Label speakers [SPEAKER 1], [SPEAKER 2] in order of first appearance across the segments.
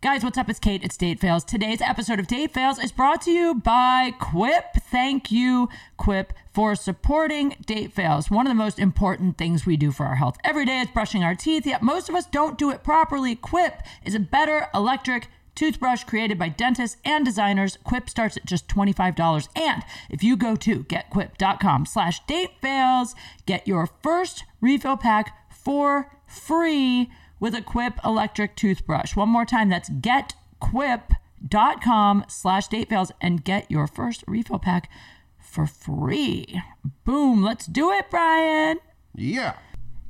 [SPEAKER 1] Guys, what's up? It's Kate. It's Date Fails. Today's episode of Date Fails is brought to you by Quip. Thank you, Quip, for supporting Date Fails. One of the most important things we do for our health every day is brushing our teeth, yet most of us don't do it properly. Quip is a better electric toothbrush created by dentists and designers. Quip starts at just $25. And if you go to getquip.com slash datefails, get your first refill pack for free with a Quip electric toothbrush. One more time, that's getquip.com slash datefails and get your first refill pack for free. Boom, let's do it, Brian.
[SPEAKER 2] Yeah.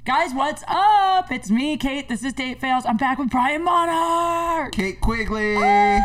[SPEAKER 1] Guys, what's up? It's me, Kate. This is Date Fails. I'm back with Brian Monarch.
[SPEAKER 2] Kate Quigley.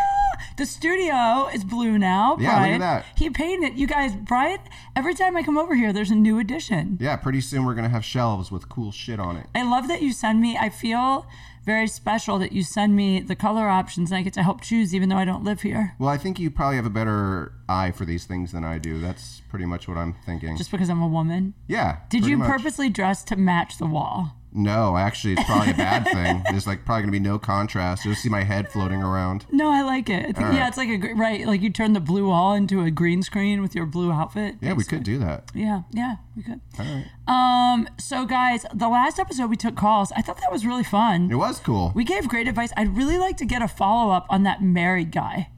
[SPEAKER 1] The studio is blue now.
[SPEAKER 2] Yeah, look at
[SPEAKER 1] Brian.
[SPEAKER 2] that.
[SPEAKER 1] He painted it. You guys, Brian, every time I come over here, there's a new addition.
[SPEAKER 2] Yeah, pretty soon we're going to have shelves with cool shit on it.
[SPEAKER 1] I love that you send me, I feel very special that you send me the color options and I get to help choose even though I don't live here.
[SPEAKER 2] Well, I think you probably have a better eye for these things than I do. That's pretty much what I'm thinking.
[SPEAKER 1] Just because I'm a woman.
[SPEAKER 2] yeah.
[SPEAKER 1] Did
[SPEAKER 2] pretty
[SPEAKER 1] you
[SPEAKER 2] much.
[SPEAKER 1] purposely dress to match the wall?
[SPEAKER 2] No, actually, it's probably a bad thing. There's like probably going to be no contrast. You'll see my head floating around.
[SPEAKER 1] No, I like it. I think, Yeah, it's like a gr- right, like you turn the blue wall into a green screen with your blue outfit.
[SPEAKER 2] Yeah, we could do that.
[SPEAKER 1] Yeah, yeah, we could.
[SPEAKER 2] All right.
[SPEAKER 1] Um, so guys, the last episode we took calls. I thought that was really fun.
[SPEAKER 2] It was cool.
[SPEAKER 1] We gave great advice. I'd really like to get a follow up on that married guy.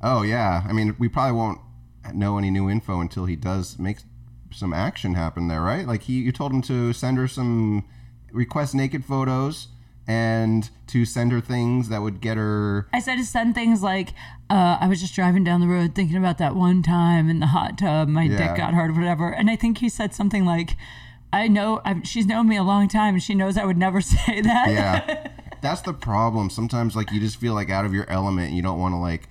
[SPEAKER 2] oh, yeah. I mean, we probably won't know any new info until he does make some action happen there, right? Like, he, you told him to send her some request naked photos and to send her things that would get her
[SPEAKER 1] I said to send things like, uh, I was just driving down the road thinking about that one time in the hot tub, my dick
[SPEAKER 2] Yeah.
[SPEAKER 1] got hard, whatever. And I think he said something like, I know I've, she's known me a long time and she knows I would never say that.
[SPEAKER 2] yeah that's the problem sometimes like you just feel like out of your element and you don't want to like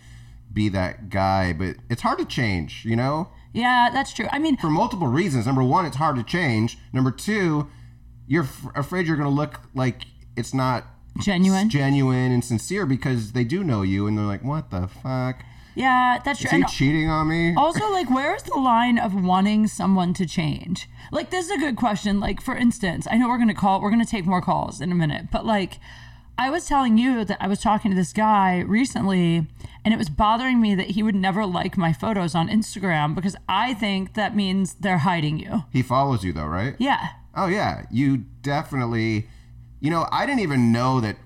[SPEAKER 2] be that guy but it's hard to change you know
[SPEAKER 1] yeah, that's true. I mean,
[SPEAKER 2] for multiple reasons number one it's hard to change number two you're f- afraid you're gonna look like it's not
[SPEAKER 1] genuine.
[SPEAKER 2] genuine and sincere because they do know you and they're like what the fuck
[SPEAKER 1] Yeah, that's true.
[SPEAKER 2] is he
[SPEAKER 1] And
[SPEAKER 2] cheating on me
[SPEAKER 1] also like where's the line of wanting someone to change like this is a good question like for instance i know we're gonna call we're gonna take more calls in a minute but like i was telling you that i was talking to this guy recently and it was bothering me that he would never like my photos on instagram because i think that means they're hiding you
[SPEAKER 2] he follows you though right
[SPEAKER 1] yeah
[SPEAKER 2] Oh yeah, you definitely. You know, I didn't even know that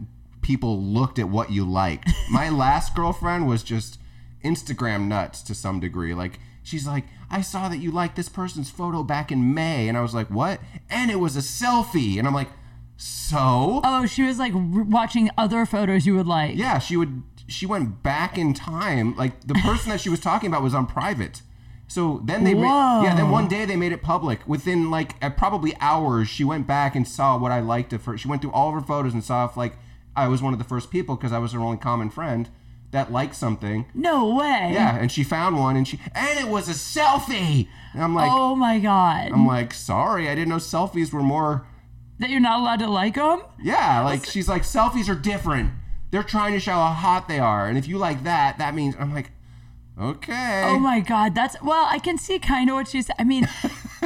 [SPEAKER 2] people looked at what you liked. My last girlfriend was just Instagram nuts to some degree. Like she's like, "I saw that you liked this person's photo back in May," and I was like, "What?" And it was a selfie, and I'm like, "So?"
[SPEAKER 1] oh she was like r- watching other photos you would like
[SPEAKER 2] Yeah, she would. She went back in time. Like the person that she was talking about was on private. So then they,
[SPEAKER 1] Whoa.
[SPEAKER 2] made, yeah. Then one day they made it public. Within like uh, probably hours, she went back and saw what I liked of her. She went through all of her photos and saw if like I was one of the first people because I was her only common friend that liked something.
[SPEAKER 1] no way
[SPEAKER 2] Yeah, and she found one and she and it was a selfie. And I'm like,
[SPEAKER 1] oh my god
[SPEAKER 2] I'm like, sorry, I didn't know selfies were more.
[SPEAKER 1] that you're not allowed to like them
[SPEAKER 2] Yeah, like she's like selfies are different. They're trying to show how hot they are, and if you like that, that means I'm like, okay.
[SPEAKER 1] Oh my God, that's well. I can see kind of what she's. I mean,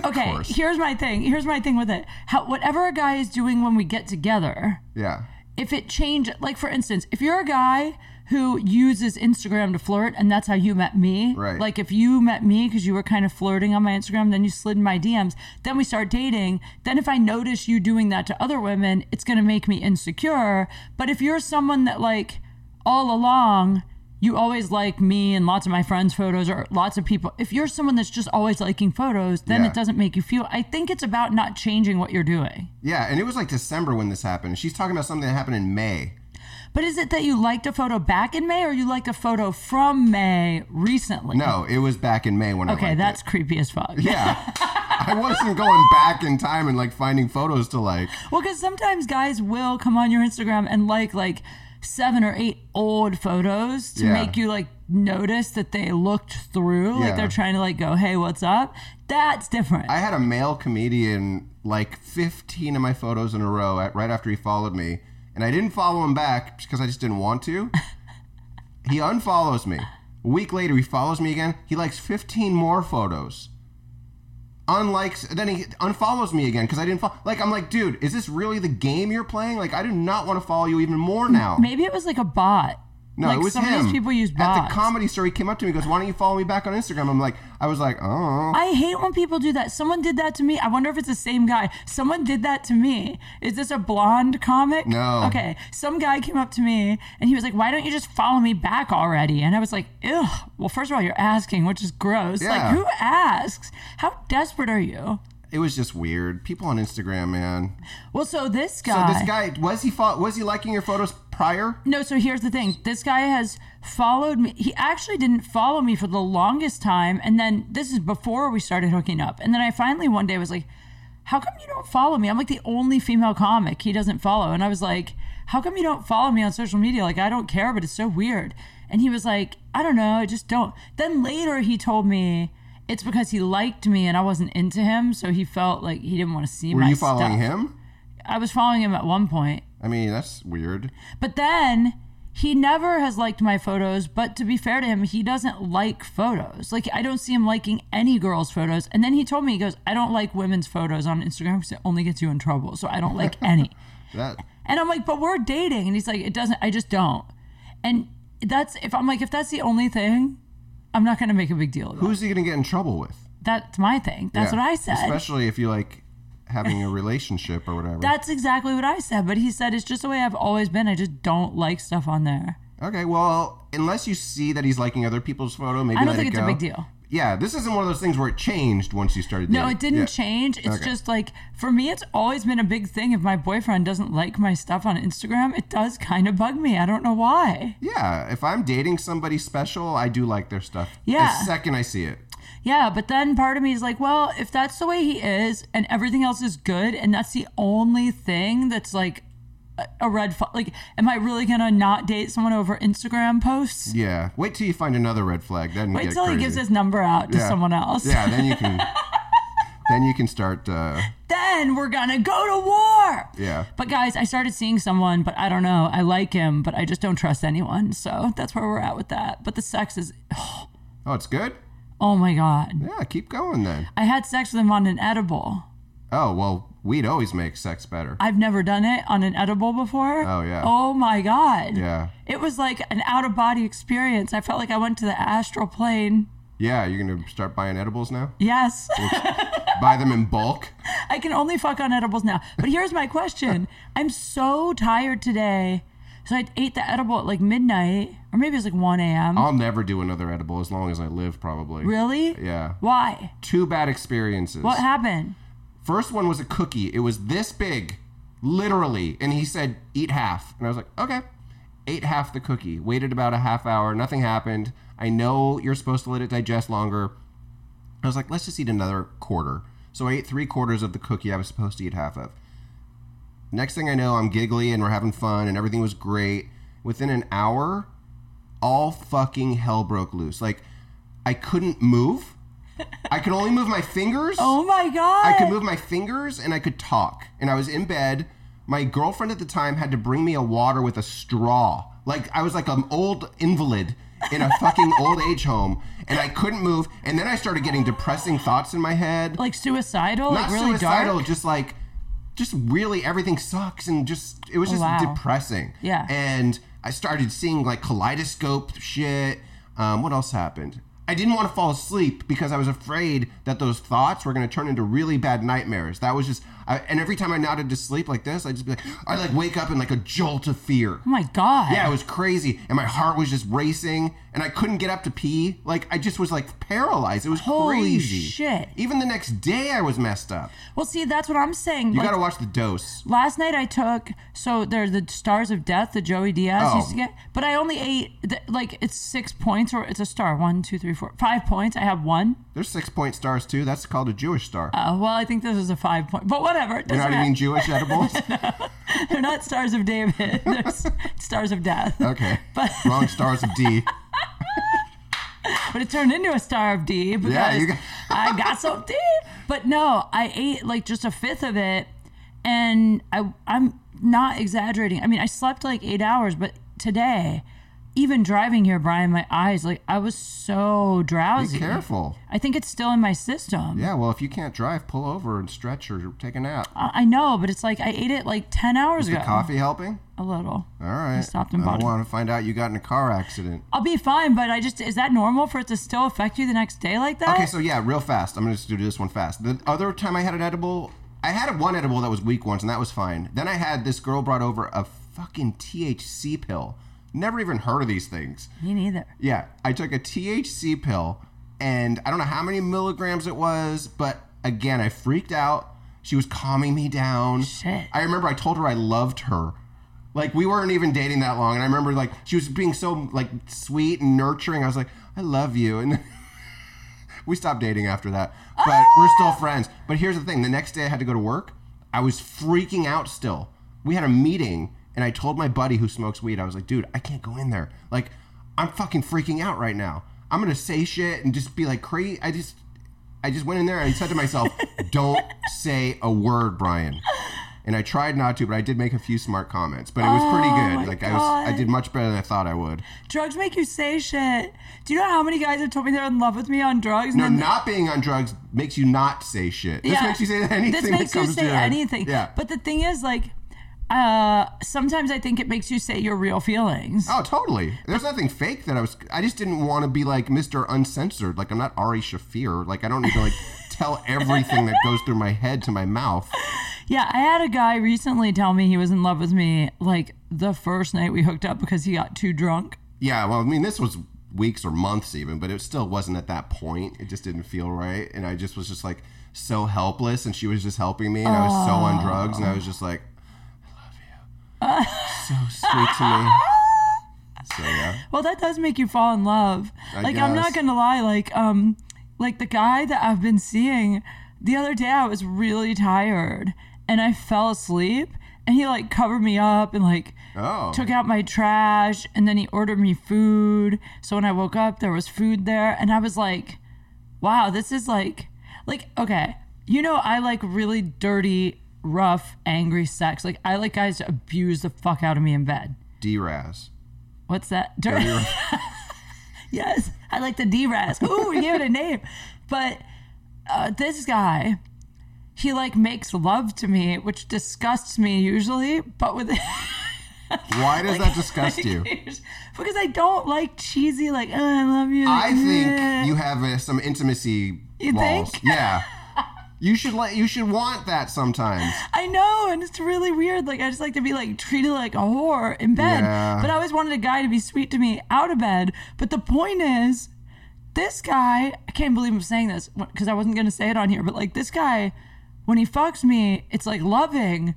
[SPEAKER 1] okay.
[SPEAKER 2] course.
[SPEAKER 1] here's my thing. Here's my thing with it. How whatever a guy is doing when we get together,
[SPEAKER 2] yeah,
[SPEAKER 1] if it change, like for instance, if you're a guy who uses Instagram to flirt, and that's how you met me.
[SPEAKER 2] Right.
[SPEAKER 1] Like if you met me because you were kind of flirting on my Instagram, then you slid in my DMs, then we start dating. Then if I notice you doing that to other women, it's gonna make me insecure. But if you're someone that like all along. You always like me and lots of my friends' photos or lots of people. If you're someone that's just always liking photos, then
[SPEAKER 2] Yeah.
[SPEAKER 1] it doesn't make you feel. I think it's about not changing what you're doing.
[SPEAKER 2] yeah. And it was like December when this happened. She's talking about something that happened in May.
[SPEAKER 1] But is it that you liked a photo back in May or you liked a photo from May recently?
[SPEAKER 2] No, it was back in May when I
[SPEAKER 1] Okay,
[SPEAKER 2] liked
[SPEAKER 1] that's creepy as fuck.
[SPEAKER 2] it. yeah. I wasn't going back in time and like finding photos to like.
[SPEAKER 1] Well, because sometimes guys will come on your Instagram and like like seven or eight old photos to
[SPEAKER 2] Yeah.
[SPEAKER 1] make you like notice that they looked through, like
[SPEAKER 2] Yeah.
[SPEAKER 1] they're trying to like go, hey, what's up? That's different.
[SPEAKER 2] I had a male comedian like 15 of my photos in a row at, right after he followed me, and I didn't follow him back because I just didn't want to. he unfollows me. A week later, he follows me again. He likes 15 more photos. Unlikes, then he unfollows me again because I didn't follow. Like, I'm like, dude, is this really the game you're playing? Like, I do not want to follow you even more now.
[SPEAKER 1] Maybe it was like a bot.
[SPEAKER 2] No,
[SPEAKER 1] Like,
[SPEAKER 2] it was
[SPEAKER 1] some of these
[SPEAKER 2] him.
[SPEAKER 1] people use
[SPEAKER 2] At
[SPEAKER 1] bots.
[SPEAKER 2] the comedy store, he came up to me. He goes, "Why don't you follow me back on Instagram?" I'm like, I was like, oh.
[SPEAKER 1] I hate when people do that. Someone did that to me. I wonder if it's the same guy. Someone did that to me. Is this a blonde comic?
[SPEAKER 2] No.
[SPEAKER 1] Okay. Some guy came up to me and he was like, Why don't you just follow me back already? And I was like, Ugh. Well, first of all, you're asking, which is gross.
[SPEAKER 2] Yeah.
[SPEAKER 1] Like, who asks? How desperate are you?
[SPEAKER 2] It was just weird. People on Instagram, man.
[SPEAKER 1] Well, so this
[SPEAKER 2] So
[SPEAKER 1] guy.
[SPEAKER 2] this guy was he fo- was he liking your photos prior?
[SPEAKER 1] No, so here's the thing. This guy has followed me. He actually didn't follow me for the longest time. And then this is before we started hooking up. And then I finally one day was like, How come you don't follow me? I'm like the only female comic he doesn't follow. And I was like, How come you don't follow me on social media? Like, I don't care, but it's so weird. And he was like, I don't know. I just don't. Then later he told me it's because he liked me and I wasn't into him. So he felt like he didn't want to see
[SPEAKER 2] Were
[SPEAKER 1] my
[SPEAKER 2] you following
[SPEAKER 1] stuff.
[SPEAKER 2] him?
[SPEAKER 1] I was following him at one point.
[SPEAKER 2] I mean, that's weird.
[SPEAKER 1] But then he never has liked my photos. But to be fair to him, he doesn't like photos. Like I don't see him liking any girls' photos. And then he told me he goes, "I don't like women's photos on Instagram because it only gets you in trouble. So I don't like any."
[SPEAKER 2] That
[SPEAKER 1] and I'm like, "But we're dating," and he's like, "It doesn't. I just don't." And that's if I'm like, if that's the only thing, I'm not gonna make a big deal. About it.
[SPEAKER 2] who's he gonna get in trouble with?
[SPEAKER 1] That's my thing. That's
[SPEAKER 2] Yeah.
[SPEAKER 1] what I said.
[SPEAKER 2] Especially if you like having a relationship or whatever.
[SPEAKER 1] that's exactly what I said. But he said it's just the way I've always been. I just don't like stuff on there.
[SPEAKER 2] okay, well, unless you see that he's liking other people's photo, maybe
[SPEAKER 1] I don't
[SPEAKER 2] let
[SPEAKER 1] think
[SPEAKER 2] it
[SPEAKER 1] it's a
[SPEAKER 2] go.
[SPEAKER 1] big deal.
[SPEAKER 2] Yeah, this isn't one of those things where it changed once you started.
[SPEAKER 1] No,
[SPEAKER 2] dating.
[SPEAKER 1] it didn't
[SPEAKER 2] Yeah.
[SPEAKER 1] change. It's
[SPEAKER 2] Okay.
[SPEAKER 1] just like for me, it's always been a big thing. If my boyfriend doesn't like my stuff on Instagram, it does kind of bug me. I don't know why.
[SPEAKER 2] Yeah, if I'm dating somebody special, I do like their stuff.
[SPEAKER 1] Yeah.
[SPEAKER 2] the second I see it.
[SPEAKER 1] Yeah, but then part of me is like, well, if that's the way he is and everything else is good and that's the only thing that's like a- a red flag, like, am I really gonna not date someone over Instagram posts?
[SPEAKER 2] Yeah, wait till you find another red flag. Then you
[SPEAKER 1] Wait
[SPEAKER 2] get
[SPEAKER 1] till
[SPEAKER 2] crazy.
[SPEAKER 1] he gives his number out to
[SPEAKER 2] Yeah.
[SPEAKER 1] someone else.
[SPEAKER 2] Yeah, then you can. then you can start. Uh,
[SPEAKER 1] Then we're gonna go to war.
[SPEAKER 2] yeah.
[SPEAKER 1] But guys, I started seeing someone, but I don't know. I like him, but I just don't trust anyone. So that's where we're at with that. But the sex is,
[SPEAKER 2] Oh, it's good.
[SPEAKER 1] oh my god.
[SPEAKER 2] Yeah, keep going then.
[SPEAKER 1] I had sex with him on an edible.
[SPEAKER 2] Oh well, weed always makes sex better.
[SPEAKER 1] I've never done it on an edible before.
[SPEAKER 2] Oh, yeah.
[SPEAKER 1] Oh my god.
[SPEAKER 2] Yeah,
[SPEAKER 1] It was like an out of body experience. I felt like I went to the astral plane.
[SPEAKER 2] yeah. You're gonna start buying edibles now.
[SPEAKER 1] Yes.
[SPEAKER 2] Buy them in bulk.
[SPEAKER 1] I can only fuck on edibles now. But here's my question. I'm so tired today. So I ate the edible at like midnight, or maybe it was like 1 a.m.
[SPEAKER 2] I'll never do another edible as long as I live, probably.
[SPEAKER 1] really?
[SPEAKER 2] Yeah.
[SPEAKER 1] Why?
[SPEAKER 2] Two bad experiences.
[SPEAKER 1] What happened?
[SPEAKER 2] First one was a cookie. It was this big, literally. And he said, eat half. And I was like, okay. Ate half the cookie. Waited about a half hour. Nothing happened. I know you're supposed to let it digest longer. I was like, let's just eat another quarter. So I ate three quarters of the cookie I was supposed to eat half of. Next thing I know, I'm giggly and we're having fun and everything was great. Within an hour, all fucking hell broke loose. Like, I couldn't move. I could only move my fingers.
[SPEAKER 1] Oh my god!
[SPEAKER 2] I could move my fingers and I could talk. And I was in bed. My girlfriend at the time had to bring me a water with a straw. Like I was like an old invalid in a fucking old age home and I couldn't move. And then I started getting depressing thoughts in my head.
[SPEAKER 1] like suicidal,
[SPEAKER 2] Not
[SPEAKER 1] like really
[SPEAKER 2] suicidal,
[SPEAKER 1] dark.
[SPEAKER 2] just like just really everything sucks and just it was just
[SPEAKER 1] wow.
[SPEAKER 2] depressing.
[SPEAKER 1] Yeah.
[SPEAKER 2] And I started seeing like kaleidoscope shit. Um, what else happened? I didn't want to fall asleep because I was afraid that those thoughts were going to turn into really bad nightmares. That was just, I, and every time I nodded to sleep like this, I just be like, I like wake up in like a jolt of fear.
[SPEAKER 1] Oh my god!
[SPEAKER 2] Yeah, it was crazy, and my heart was just racing, and I couldn't get up to pee. Like I just was like paralyzed. It was
[SPEAKER 1] Holy
[SPEAKER 2] crazy.
[SPEAKER 1] shit.
[SPEAKER 2] Even the next day, I was messed up.
[SPEAKER 1] Well, see, that's what I'm saying.
[SPEAKER 2] You
[SPEAKER 1] like,
[SPEAKER 2] gotta watch the dose.
[SPEAKER 1] last night I took so there's the stars of death that Joey Diaz
[SPEAKER 2] Oh.
[SPEAKER 1] used to get, but I only ate the, like it's six points or it's a star one, two, three, four, five points. I have one.
[SPEAKER 2] There's six point stars too. That's called a Jewish star.
[SPEAKER 1] Uh, well, I think this is a five point, but whatever. It
[SPEAKER 2] you
[SPEAKER 1] doesn't
[SPEAKER 2] know what I
[SPEAKER 1] matter.
[SPEAKER 2] mean? Jewish edibles.
[SPEAKER 1] They're not stars of David. They're s- stars of death.
[SPEAKER 2] Okay.
[SPEAKER 1] But-
[SPEAKER 2] Wrong stars of D.
[SPEAKER 1] but it turned into a star of D because
[SPEAKER 2] you got-
[SPEAKER 1] I got some D. But no, I ate like just a fifth of it, and I I'm not exaggerating. I mean, I slept like eight hours, but today even driving here, Brian, my eyes, like I was so
[SPEAKER 2] Be
[SPEAKER 1] drowsy.
[SPEAKER 2] careful.
[SPEAKER 1] I think it's still in my system.
[SPEAKER 2] Yeah, well, if you can't drive, pull over and stretch or take a nap.
[SPEAKER 1] I I know, but it's like I ate it like 10 hours
[SPEAKER 2] Is
[SPEAKER 1] ago.
[SPEAKER 2] the coffee helping?
[SPEAKER 1] A little.
[SPEAKER 2] All right. I
[SPEAKER 1] stopped and
[SPEAKER 2] I
[SPEAKER 1] bought
[SPEAKER 2] don't
[SPEAKER 1] it.
[SPEAKER 2] want to find out you got in a car accident.
[SPEAKER 1] I'll be fine, but I just, is that normal for it to still affect you the next day like that?
[SPEAKER 2] Okay, so yeah, real fast. I'm gonna just do this one fast. The other time I had an edible, I had one edible that was weak once, and that was fine. Then I had this girl brought over a fucking THC pill. Never even heard of these things.
[SPEAKER 1] Me neither.
[SPEAKER 2] Yeah, I took a THC pill, and I don't know how many milligrams it was, but again, I freaked out. She was calming me down.
[SPEAKER 1] Shit.
[SPEAKER 2] I remember I told her I loved her. Like we weren't even dating that long, and I remember like she was being so like sweet and nurturing. I was like, I love you, and we stopped dating after that. But we're still
[SPEAKER 1] Ah!
[SPEAKER 2] friends. But here's the thing: the next day I had to go to work. I was freaking out still. We had a meeting, and I told my buddy who smokes weed, I was like, "Dude, I can't go in there. Like, I'm fucking freaking out right now. I'm gonna say shit and just be like crazy. I just, I just went in there and I said to myself, "Don't say a word, Brian." And I tried not to, but I did make a few smart comments. But it was pretty
[SPEAKER 1] Oh, my
[SPEAKER 2] good. Like I was, I
[SPEAKER 1] God.
[SPEAKER 2] did much better than I thought I would.
[SPEAKER 1] Drugs make you say shit. Do you know how many guys have told me they're in love with me on drugs? and
[SPEAKER 2] No,
[SPEAKER 1] then-
[SPEAKER 2] not being on drugs makes you not say shit. This
[SPEAKER 1] Yeah.
[SPEAKER 2] makes you say anything.
[SPEAKER 1] This
[SPEAKER 2] that
[SPEAKER 1] makes you
[SPEAKER 2] comes to
[SPEAKER 1] say
[SPEAKER 2] your head.
[SPEAKER 1] anything.
[SPEAKER 2] Yeah.
[SPEAKER 1] But the thing is, like, uh, sometimes I think it makes you say your real feelings.
[SPEAKER 2] oh, totally. There's nothing fake that I was. I just didn't want to be like Mr. Uncensored. Like I'm not Ari Shafir. Like I don't need to like tell everything that goes through my head to my mouth.
[SPEAKER 1] Yeah, I had a guy recently tell me he was in love with me like the first night we hooked up because he got too drunk.
[SPEAKER 2] Yeah. Well, I mean, this was weeks or months even, but it still wasn't at that point. It just didn't feel right, and I just was just like so helpless, and she was just helping me, and I was so on drugs, and I was just like, I love you, so sweet to me. So yeah.
[SPEAKER 1] Well, that does make you fall in love.
[SPEAKER 2] I
[SPEAKER 1] like I'm not
[SPEAKER 2] guess.
[SPEAKER 1] gonna lie, like um, like the guy that I've been seeing the other day, I was really tired and I fell asleep, and he like covered me up and like
[SPEAKER 2] Oh.
[SPEAKER 1] took out my trash, and then he ordered me food. So when I woke up, there was food there, and I was like, wow, this is like, like okay, you know, I like really dirty. Rough, angry sex. Like I like guys to abuse the fuck out of me in bed.
[SPEAKER 2] D-Raz.
[SPEAKER 1] What's that? Dirty. yes, I like the D-Ras. Ooh, we gave it a name. But uh, this guy, he like makes love to me, which disgusts me usually. But with
[SPEAKER 2] Why does that disgust you?
[SPEAKER 1] because I don't like cheesy like "Oh, I love you.
[SPEAKER 2] I think you have uh, some intimacy
[SPEAKER 1] You
[SPEAKER 2] walls.
[SPEAKER 1] think?
[SPEAKER 2] Yeah. You should let you should want that sometimes.
[SPEAKER 1] I know, and it's really weird. Like I just like to be like treated like a whore in bed.
[SPEAKER 2] Yeah.
[SPEAKER 1] But I always wanted a guy to be sweet to me out of bed. But the point is, this guy, I can't believe I'm saying this because I wasn't gonna say it on here. But like this guy, when he fucks me, it's like loving,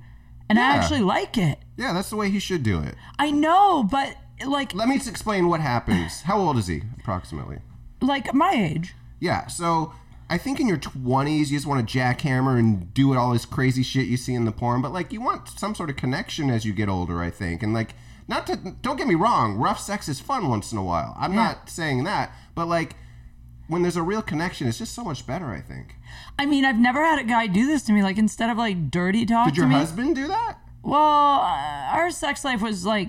[SPEAKER 1] and I
[SPEAKER 2] Yeah.
[SPEAKER 1] actually like it.
[SPEAKER 2] Yeah, that's the way he should do it.
[SPEAKER 1] I know, but like
[SPEAKER 2] Let me just explain what happens. How old is he approximately?
[SPEAKER 1] like my age.
[SPEAKER 2] Yeah, so I think in your 20s you just want to jackhammer and do all this crazy shit you see in the porn, but like you want some sort of connection as you get older, I think. And like not to don't get me wrong, rough sex is fun once in a while. I'm not saying that, but like when there's a real connection, it's just so much better, I think.
[SPEAKER 1] I mean, I've never had a guy do this to me. Like instead of like dirty talk
[SPEAKER 2] Did your
[SPEAKER 1] to me.
[SPEAKER 2] husband do that?
[SPEAKER 1] well, uh, our sex life was like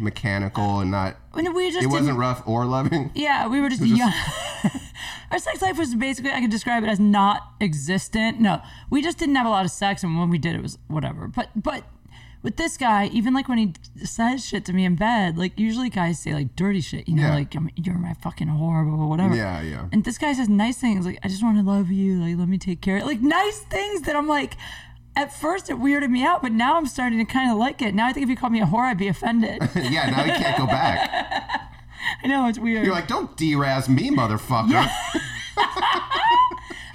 [SPEAKER 2] Mechanical and not
[SPEAKER 1] we just
[SPEAKER 2] it
[SPEAKER 1] didn't
[SPEAKER 2] wasn't rough or loving.
[SPEAKER 1] Yeah, we were just, young. Our sex life was basically, I could describe it as not existent. No, we just didn't have a lot of sex, and when we did, it was whatever. But, but with this guy, even like when he says shit to me in bed, like usually guys say like dirty shit, you know,
[SPEAKER 2] Yeah.
[SPEAKER 1] like I'm, you're my fucking whore, blah, blah, whatever.
[SPEAKER 2] Yeah, yeah.
[SPEAKER 1] And this guy says nice things, like I just want to love you, like let me take care of like nice things that I'm like. At first, it weirded me out, but now I'm starting to kind of like it. Now I think if you called me a whore, I'd be offended.
[SPEAKER 2] yeah, now he can't go back.
[SPEAKER 1] I know it's weird.
[SPEAKER 2] You're like, don't deraz me, motherfucker.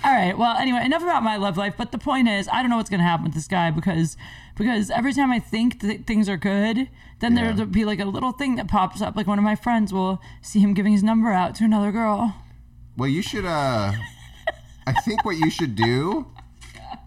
[SPEAKER 1] All right. Well, anyway, enough about my love life. But the point is, I don't know what's going to happen with this guy because because every time I think that things are good, then
[SPEAKER 2] Yeah.
[SPEAKER 1] there'll be like a little thing that pops up. Like one of my friends will see him giving his number out to another girl.
[SPEAKER 2] Well, you should. uh I think what you should do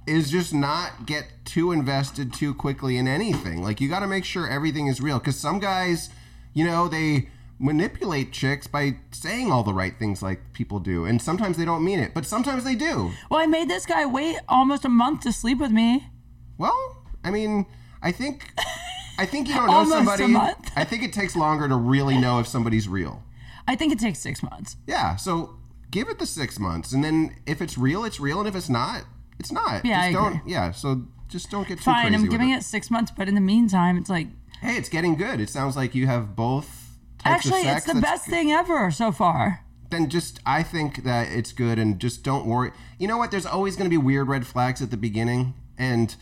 [SPEAKER 2] is just not get too invested too quickly in anything. Like you got to make sure everything is real because some guys, you know, they manipulate chicks by saying all the right things like people do, and sometimes they don't mean it, but sometimes they do.
[SPEAKER 1] Well, I made this guy wait almost a month to sleep with me.
[SPEAKER 2] Well, I mean, I think I think you don't know
[SPEAKER 1] Almost a
[SPEAKER 2] somebody.
[SPEAKER 1] month.
[SPEAKER 2] I think it takes longer to really know if somebody's real.
[SPEAKER 1] I think it takes six months.
[SPEAKER 2] Yeah, so give it the six months, and then if it's real, it's real, and if it's not, it's not.
[SPEAKER 1] Yeah,
[SPEAKER 2] just
[SPEAKER 1] I
[SPEAKER 2] don't.
[SPEAKER 1] agree.
[SPEAKER 2] Yeah, so just don't get too
[SPEAKER 1] Fine,
[SPEAKER 2] crazy.
[SPEAKER 1] I'm
[SPEAKER 2] with
[SPEAKER 1] giving
[SPEAKER 2] it.
[SPEAKER 1] it six months, but in the meantime, it's like
[SPEAKER 2] Hey, it's getting good. It sounds like you have both. Types
[SPEAKER 1] actually,
[SPEAKER 2] of
[SPEAKER 1] it's
[SPEAKER 2] sex.
[SPEAKER 1] the
[SPEAKER 2] That's
[SPEAKER 1] best thing ever so far.
[SPEAKER 2] then just I think that it's good and just don't worry. You know what? There's always going to be weird red flags at the beginning, and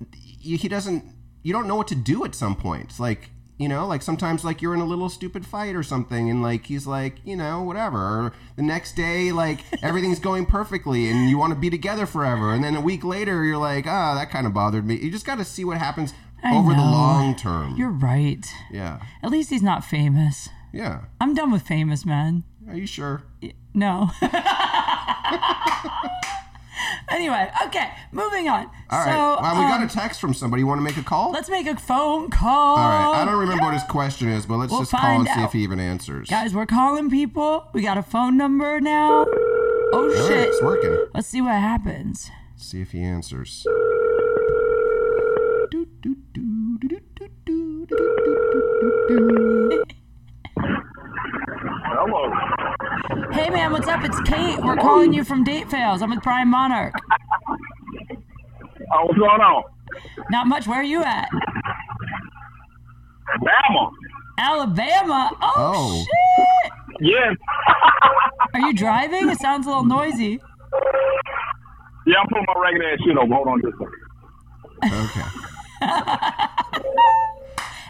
[SPEAKER 2] y he doesn't. You don't know what to do at some point. It's like you know, like sometimes like you're in a little stupid fight or something, and like he's like you know whatever. Or the next day, like everything's going perfectly, and you want to be together forever, and then a week later you're like, ah, that kind of bothered me. You just got to see what happens over the
[SPEAKER 1] know.
[SPEAKER 2] long term.
[SPEAKER 1] You're right.
[SPEAKER 2] yeah,
[SPEAKER 1] At least he's not famous.
[SPEAKER 2] yeah.
[SPEAKER 1] I'm done with famous man.
[SPEAKER 2] Are you sure?
[SPEAKER 1] No. anyway, okay, moving on.
[SPEAKER 2] All right.
[SPEAKER 1] so
[SPEAKER 2] well, we
[SPEAKER 1] um,
[SPEAKER 2] got a text from somebody. You want to make a call?
[SPEAKER 1] let's make a phone call.
[SPEAKER 2] All right. I don't remember what his question is, but let's just call
[SPEAKER 1] Oh, find
[SPEAKER 2] and see
[SPEAKER 1] out.
[SPEAKER 2] if he even answers.
[SPEAKER 1] Guys, we're calling people. We got a phone number now. Oh
[SPEAKER 2] All right,
[SPEAKER 1] shit.
[SPEAKER 2] it's working.
[SPEAKER 1] Let's see what happens.
[SPEAKER 2] See if he answers.
[SPEAKER 3] Hello.
[SPEAKER 1] Hey man, what's up? It's Kate. We're calling you from Date Fails. I'm with Brian Monarch.
[SPEAKER 3] Oh, what's going on?
[SPEAKER 1] Not much. Where are you at?
[SPEAKER 3] Bama.
[SPEAKER 1] Alabama.
[SPEAKER 2] Oh.
[SPEAKER 1] Oh, shit.
[SPEAKER 3] Yes.
[SPEAKER 1] Are you driving? It sounds a little noisy.
[SPEAKER 3] Yeah, I'm putting my ragged ass shit over. Hold on just a
[SPEAKER 2] Okay.
[SPEAKER 3] second.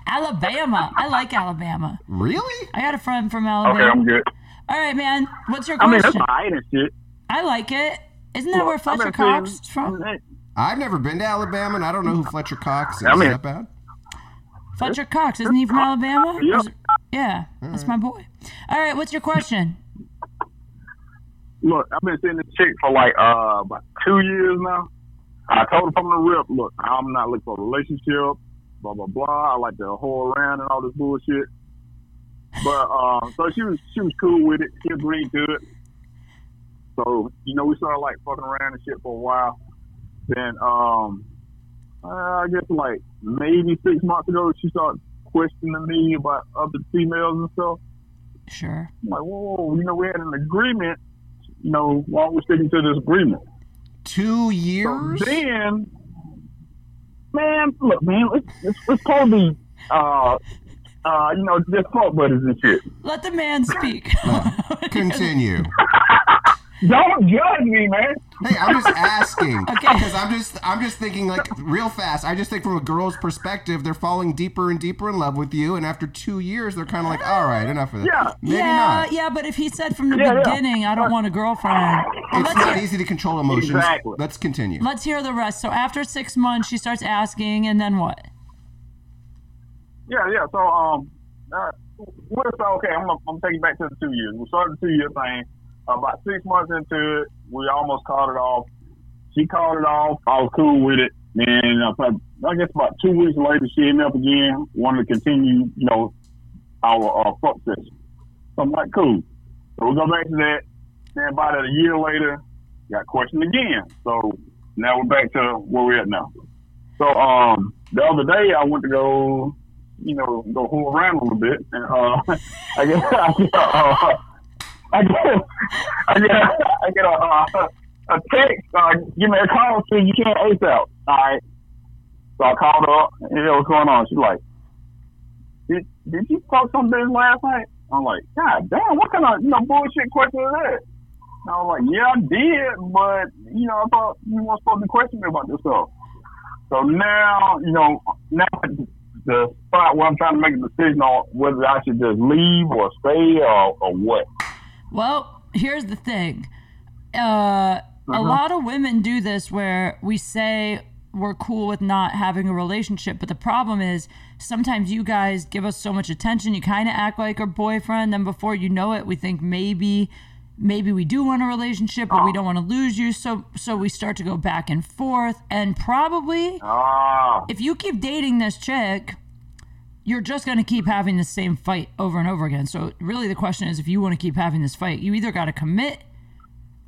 [SPEAKER 1] Alabama. I like Alabama.
[SPEAKER 2] really?
[SPEAKER 1] I got a friend from
[SPEAKER 3] Okay,
[SPEAKER 1] Alabama.
[SPEAKER 3] I'm good.
[SPEAKER 1] All right, man. What's your
[SPEAKER 3] I mean, that's
[SPEAKER 1] question?
[SPEAKER 3] alright and shit.
[SPEAKER 1] I like it. Isn't that where
[SPEAKER 3] I've been
[SPEAKER 1] Fletcher Cox
[SPEAKER 3] seeing-
[SPEAKER 1] is from?
[SPEAKER 2] I've never been to Alabama, and I don't know who Fletcher Cox is.
[SPEAKER 3] I mean-
[SPEAKER 2] is that bad?
[SPEAKER 1] Fletcher Cox, isn't he from Alabama?
[SPEAKER 3] Yep.
[SPEAKER 1] Is- Yeah, that's my boy. All right, what's your question?
[SPEAKER 3] Look, I've been seeing this chick for like uh about two years now. I told her from the rip, look, I'm not looking for a relationship, blah blah blah. I like to whore around and all this bullshit. But uh, so she was she was cool with it. She agreed to it. So you know we started like fucking around and shit for a while. Then um, uh, I guess like maybe six months ago she started questioning me about other females and stuff.
[SPEAKER 1] Sure.
[SPEAKER 3] I'm like, whoa, whoa, you know, we had an agreement. You know, why aren't we sticking to this agreement?
[SPEAKER 2] Two
[SPEAKER 3] So
[SPEAKER 2] years?
[SPEAKER 3] then, man, look, man, let's, let's, let's call these, uh, uh, you know, just fuck buddies and shit.
[SPEAKER 1] Let the man speak.
[SPEAKER 2] Continue.
[SPEAKER 3] Don't judge me, man.
[SPEAKER 2] Hey, I'm just asking
[SPEAKER 1] Okay.
[SPEAKER 2] because I'm just I'm just thinking like real fast. I just think from a girl's perspective, they're falling deeper and deeper in love with you, and after two years, they're kind of like, all right, enough of this.
[SPEAKER 3] Yeah.
[SPEAKER 2] Maybe
[SPEAKER 1] yeah,
[SPEAKER 2] not.
[SPEAKER 1] yeah, but if he said from the
[SPEAKER 3] Yeah, yeah.
[SPEAKER 1] beginning, I don't want a girlfriend. Well,
[SPEAKER 2] It's
[SPEAKER 1] let's,
[SPEAKER 2] not
[SPEAKER 1] hear,
[SPEAKER 2] easy to control emotions.
[SPEAKER 3] Exactly.
[SPEAKER 2] Let's continue.
[SPEAKER 1] let's hear the rest. So after six months, she starts asking, and then what?
[SPEAKER 3] Yeah, yeah. So, um, uh, what if, okay, I'm gonna, I'm gonna take you back to the two years. We started the two year thing. About six months into it, we almost called it off. She called it off. I was cool with it. Then uh, prob- I guess about two weeks later, she hit me up again, wanted to continue, you know, our uh, fuck session. So I'm like, cool. So we go back to that. Then about a year later, got questioned again. So now we're back to where we're at now. So um, the other day I went to go, you know, go fool around a little bit, and uh, I get, I get, uh, I get, I get, I get a, uh, a text, uh, give me a call, so you can't ace out. All right. So I called her up, and yeah, what's going on? She's like, did, did you talk some bitch last night? I'm like, God damn, what kind of you know bullshit question is that? And I was like, Yeah, I did, but you know, I thought you weren't supposed to question me about this stuff. So now, you know, now the spot where I'm trying to make a decision on whether I should just leave or stay or, or what.
[SPEAKER 1] Well, here's the thing. Uh, A lot of women do this where we say we're cool with not having a relationship, but the problem is sometimes you guys give us so much attention, you kind of act like our boyfriend. Then before you know it, we think maybe maybe we do want a relationship but we don't want to lose you so so we start to go back and forth and probably
[SPEAKER 3] Ah,
[SPEAKER 1] if you keep dating this chick, you're just going to keep having the same fight over and over again. So, really, the question is if you want to keep having this fight, you either got to commit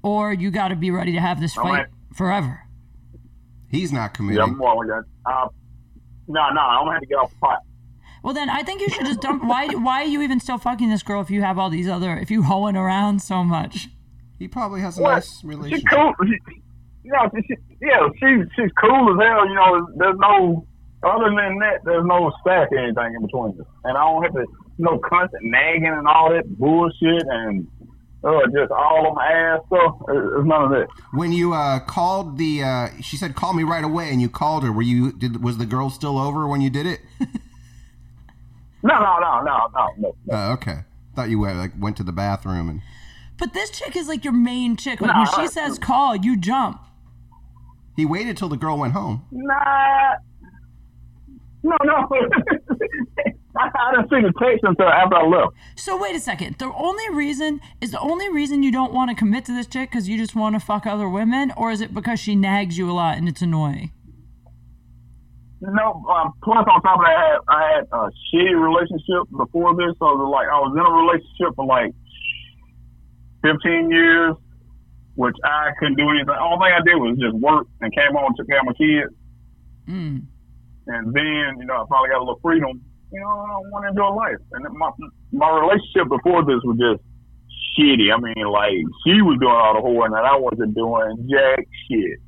[SPEAKER 1] or you got to be ready to have this fight
[SPEAKER 3] right.
[SPEAKER 1] forever.
[SPEAKER 2] He's not
[SPEAKER 3] yeah,
[SPEAKER 2] committing.
[SPEAKER 3] I'm more like that. uh, I, No, no, I'm gonna have to get off the pot.
[SPEAKER 1] Well, then I think you should just dump. Why? Why are you even still fucking this girl if you have all these other? If you hoeing around so much?
[SPEAKER 2] He probably has a
[SPEAKER 3] What?
[SPEAKER 2] nice
[SPEAKER 3] She's
[SPEAKER 2] relationship.
[SPEAKER 3] cool. She, yeah, she, she, yeah, she's she's cool as hell. You know, there's no other than that. There's no stack or anything in between us, and I don't have to you know constant nagging and all that bullshit and uh, just all on my ass stuff. There- There's none of that.
[SPEAKER 2] When you uh, called the, uh, she said, "Call me right away," and you called her. Were you did? Was the girl still over when you did it?
[SPEAKER 3] No, no, no, no, no, no.
[SPEAKER 2] Uh, okay. Thought you went like went to the bathroom and
[SPEAKER 1] But this chick is like your main chick. Like
[SPEAKER 3] Nah,
[SPEAKER 1] when she
[SPEAKER 3] I-
[SPEAKER 1] says call, you jump.
[SPEAKER 2] he waited till the girl went home.
[SPEAKER 3] Nah. No, no. I, I didn't see the text until after I left.
[SPEAKER 1] So wait a second. The only reason is the only reason you don't want to commit to this chick because you just want to fuck other women, or is it because she nags you a lot and it's annoying?
[SPEAKER 3] No, um, plus on top of that, I had, I had a shitty relationship before this. So it was like I was in a relationship for like 15 years, which I couldn't do anything. All thing I did was just work and came home, took care of my kids.
[SPEAKER 1] Mm.
[SPEAKER 3] And then, you know, I finally got a little freedom. You know, I want to enjoy life. And then my, my relationship before this was just shitty. I mean, like, she was doing all the whoring and I wasn't doing jack shit.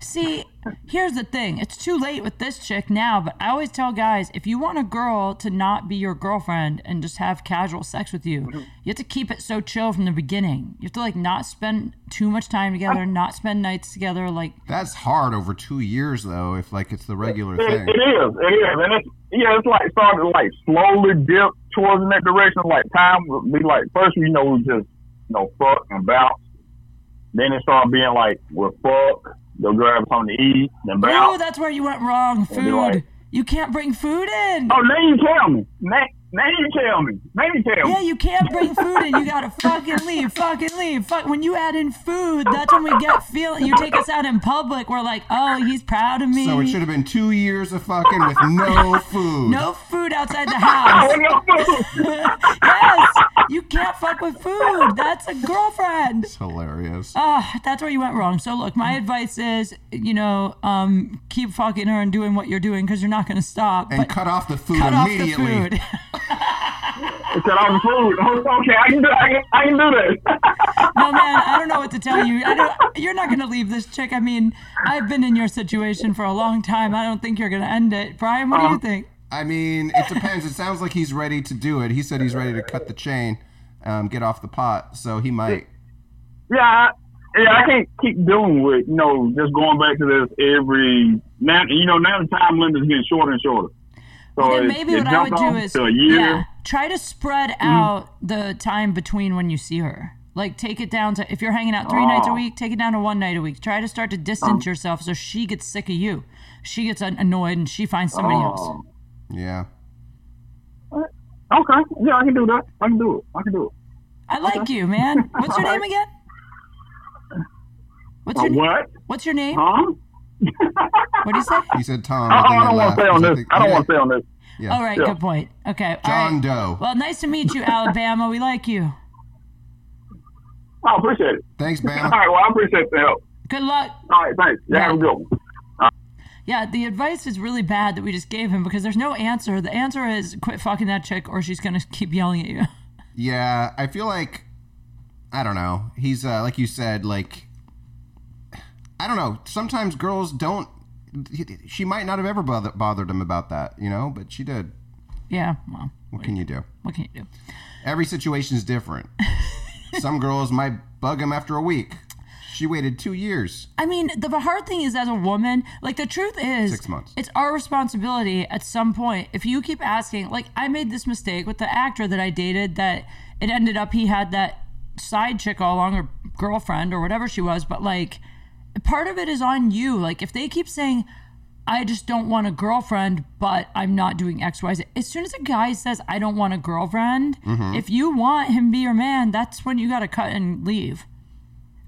[SPEAKER 1] See, here's the thing. It's too late with this chick now, but I always tell guys if you want a girl to not be your girlfriend and just have casual sex with you, you have to keep it so chill from the beginning. You have to like not spend too much time together, not spend nights together. Like,
[SPEAKER 2] That's hard over two years though. If like it's the regular
[SPEAKER 3] It,
[SPEAKER 2] thing.
[SPEAKER 3] it is. It is. And it's, yeah, it's like starting to like slowly dip towards in that direction. Like time would be like first we you know we just you know fuck and bounce. Then it started being like we're fuck, go grab something to eat, then
[SPEAKER 1] oh,
[SPEAKER 3] bounce.
[SPEAKER 1] that's where you went wrong.
[SPEAKER 3] It'd be like-
[SPEAKER 1] Food. You can't bring food in.
[SPEAKER 3] Oh, now you tell me. Now, now you tell me. Now you tell me.
[SPEAKER 1] Yeah, you can't bring food in. You gotta fucking leave, fucking leave. Fuck. When you add in food, that's when we get feeling. You take us out in public. We're like, oh, he's proud of me.
[SPEAKER 2] So it should have been two years of fucking with no food.
[SPEAKER 1] no food outside the
[SPEAKER 3] Oh,
[SPEAKER 1] house.
[SPEAKER 3] no.
[SPEAKER 1] yes, you can't fuck with food. That's a girlfriend.
[SPEAKER 2] It's hilarious.
[SPEAKER 3] Uh,
[SPEAKER 1] Ah, that's where you went wrong. So look, my advice is, you know, um, keep fucking her and doing what you're doing because you're not gonna stop.
[SPEAKER 2] and
[SPEAKER 1] but
[SPEAKER 2] cut off the food
[SPEAKER 1] cut off the
[SPEAKER 2] immediately.
[SPEAKER 1] food.
[SPEAKER 3] I said I'm food. Okay, I can do. I can, I can do that.
[SPEAKER 1] no man, I don't know what to tell you. I don't, you're not gonna leave this chick. I mean, I've been in your situation for a long time. I don't think you're gonna end it, Brian. What do
[SPEAKER 3] Uh,
[SPEAKER 1] you think?
[SPEAKER 2] I mean, it depends. It sounds like he's ready to do it. He said he's ready to cut the chain, um, get off the pot. So he might.
[SPEAKER 3] Yeah, I, yeah, I can't keep doing with you know just going back to this every now. You know now the time limit is getting shorter and shorter. So
[SPEAKER 1] Then
[SPEAKER 3] it-
[SPEAKER 1] maybe
[SPEAKER 3] it
[SPEAKER 1] what I
[SPEAKER 3] jumped
[SPEAKER 1] would do
[SPEAKER 3] off
[SPEAKER 1] is,
[SPEAKER 3] to a year. Mm-hmm.
[SPEAKER 1] yeah, try to spread out the time between when you see her. Like, take it down to if you're hanging out three nights a
[SPEAKER 3] Oh. Um.
[SPEAKER 1] week, take it down to one night a week. Try to start to distance yourself so she gets sick of you. She gets an- annoyed and she finds somebody else.
[SPEAKER 3] Oh.
[SPEAKER 2] Yeah.
[SPEAKER 3] Okay, yeah, I can do that. I can do it. I can do it.
[SPEAKER 1] I like you, man. What's your name again? What's
[SPEAKER 3] Uh,
[SPEAKER 1] your
[SPEAKER 3] what?
[SPEAKER 1] What's your name?
[SPEAKER 3] Huh?
[SPEAKER 1] What do you say?
[SPEAKER 2] He said Tom.
[SPEAKER 3] Uh-uh,
[SPEAKER 2] but then
[SPEAKER 3] I don't want
[SPEAKER 2] laughed
[SPEAKER 3] to stay on
[SPEAKER 2] 'cause
[SPEAKER 3] this.
[SPEAKER 2] think-
[SPEAKER 3] I don't
[SPEAKER 2] Yeah.
[SPEAKER 3] want to stay on this.
[SPEAKER 2] Yeah.
[SPEAKER 1] All right,
[SPEAKER 3] Yeah.
[SPEAKER 1] good point. Okay, all
[SPEAKER 2] John
[SPEAKER 1] right.
[SPEAKER 2] Doe.
[SPEAKER 1] Well, nice to meet you, Alabama. We like you.
[SPEAKER 3] I appreciate it.
[SPEAKER 2] Thanks,
[SPEAKER 3] All
[SPEAKER 2] Bama.
[SPEAKER 3] right, well, I appreciate the help.
[SPEAKER 1] Good luck.
[SPEAKER 3] All right, thanks. Yeah, have a good one.
[SPEAKER 1] Yeah, the advice is really bad that we just gave him because there's no answer. The answer is quit fucking that chick or she's going to keep yelling at you.
[SPEAKER 2] Yeah, I feel like I don't know. He's uh, like you said, like I don't know. Sometimes girls don't. She might not have ever bother, bothered him about that, you know, but she did.
[SPEAKER 1] Yeah, well,
[SPEAKER 2] What can you do?
[SPEAKER 1] what can you do?
[SPEAKER 2] Every situation is different. Some girls might bug him after a week. She waited two years.
[SPEAKER 1] I mean, the hard thing is, as a woman, like the truth is,
[SPEAKER 2] Six months.
[SPEAKER 1] It's our responsibility at some point. If you keep asking, like I made this mistake with the actor that I dated, that it ended up he had that side chick all along, or girlfriend, or whatever she was. But like, part of it is on you. Like if they keep saying, "I just don't want a girlfriend," but I'm not doing X, Y, Z. As soon as a guy says, "I don't want a girlfriend,"
[SPEAKER 2] Mm-hmm.
[SPEAKER 1] if you want him to be your man, that's when you got to cut and leave.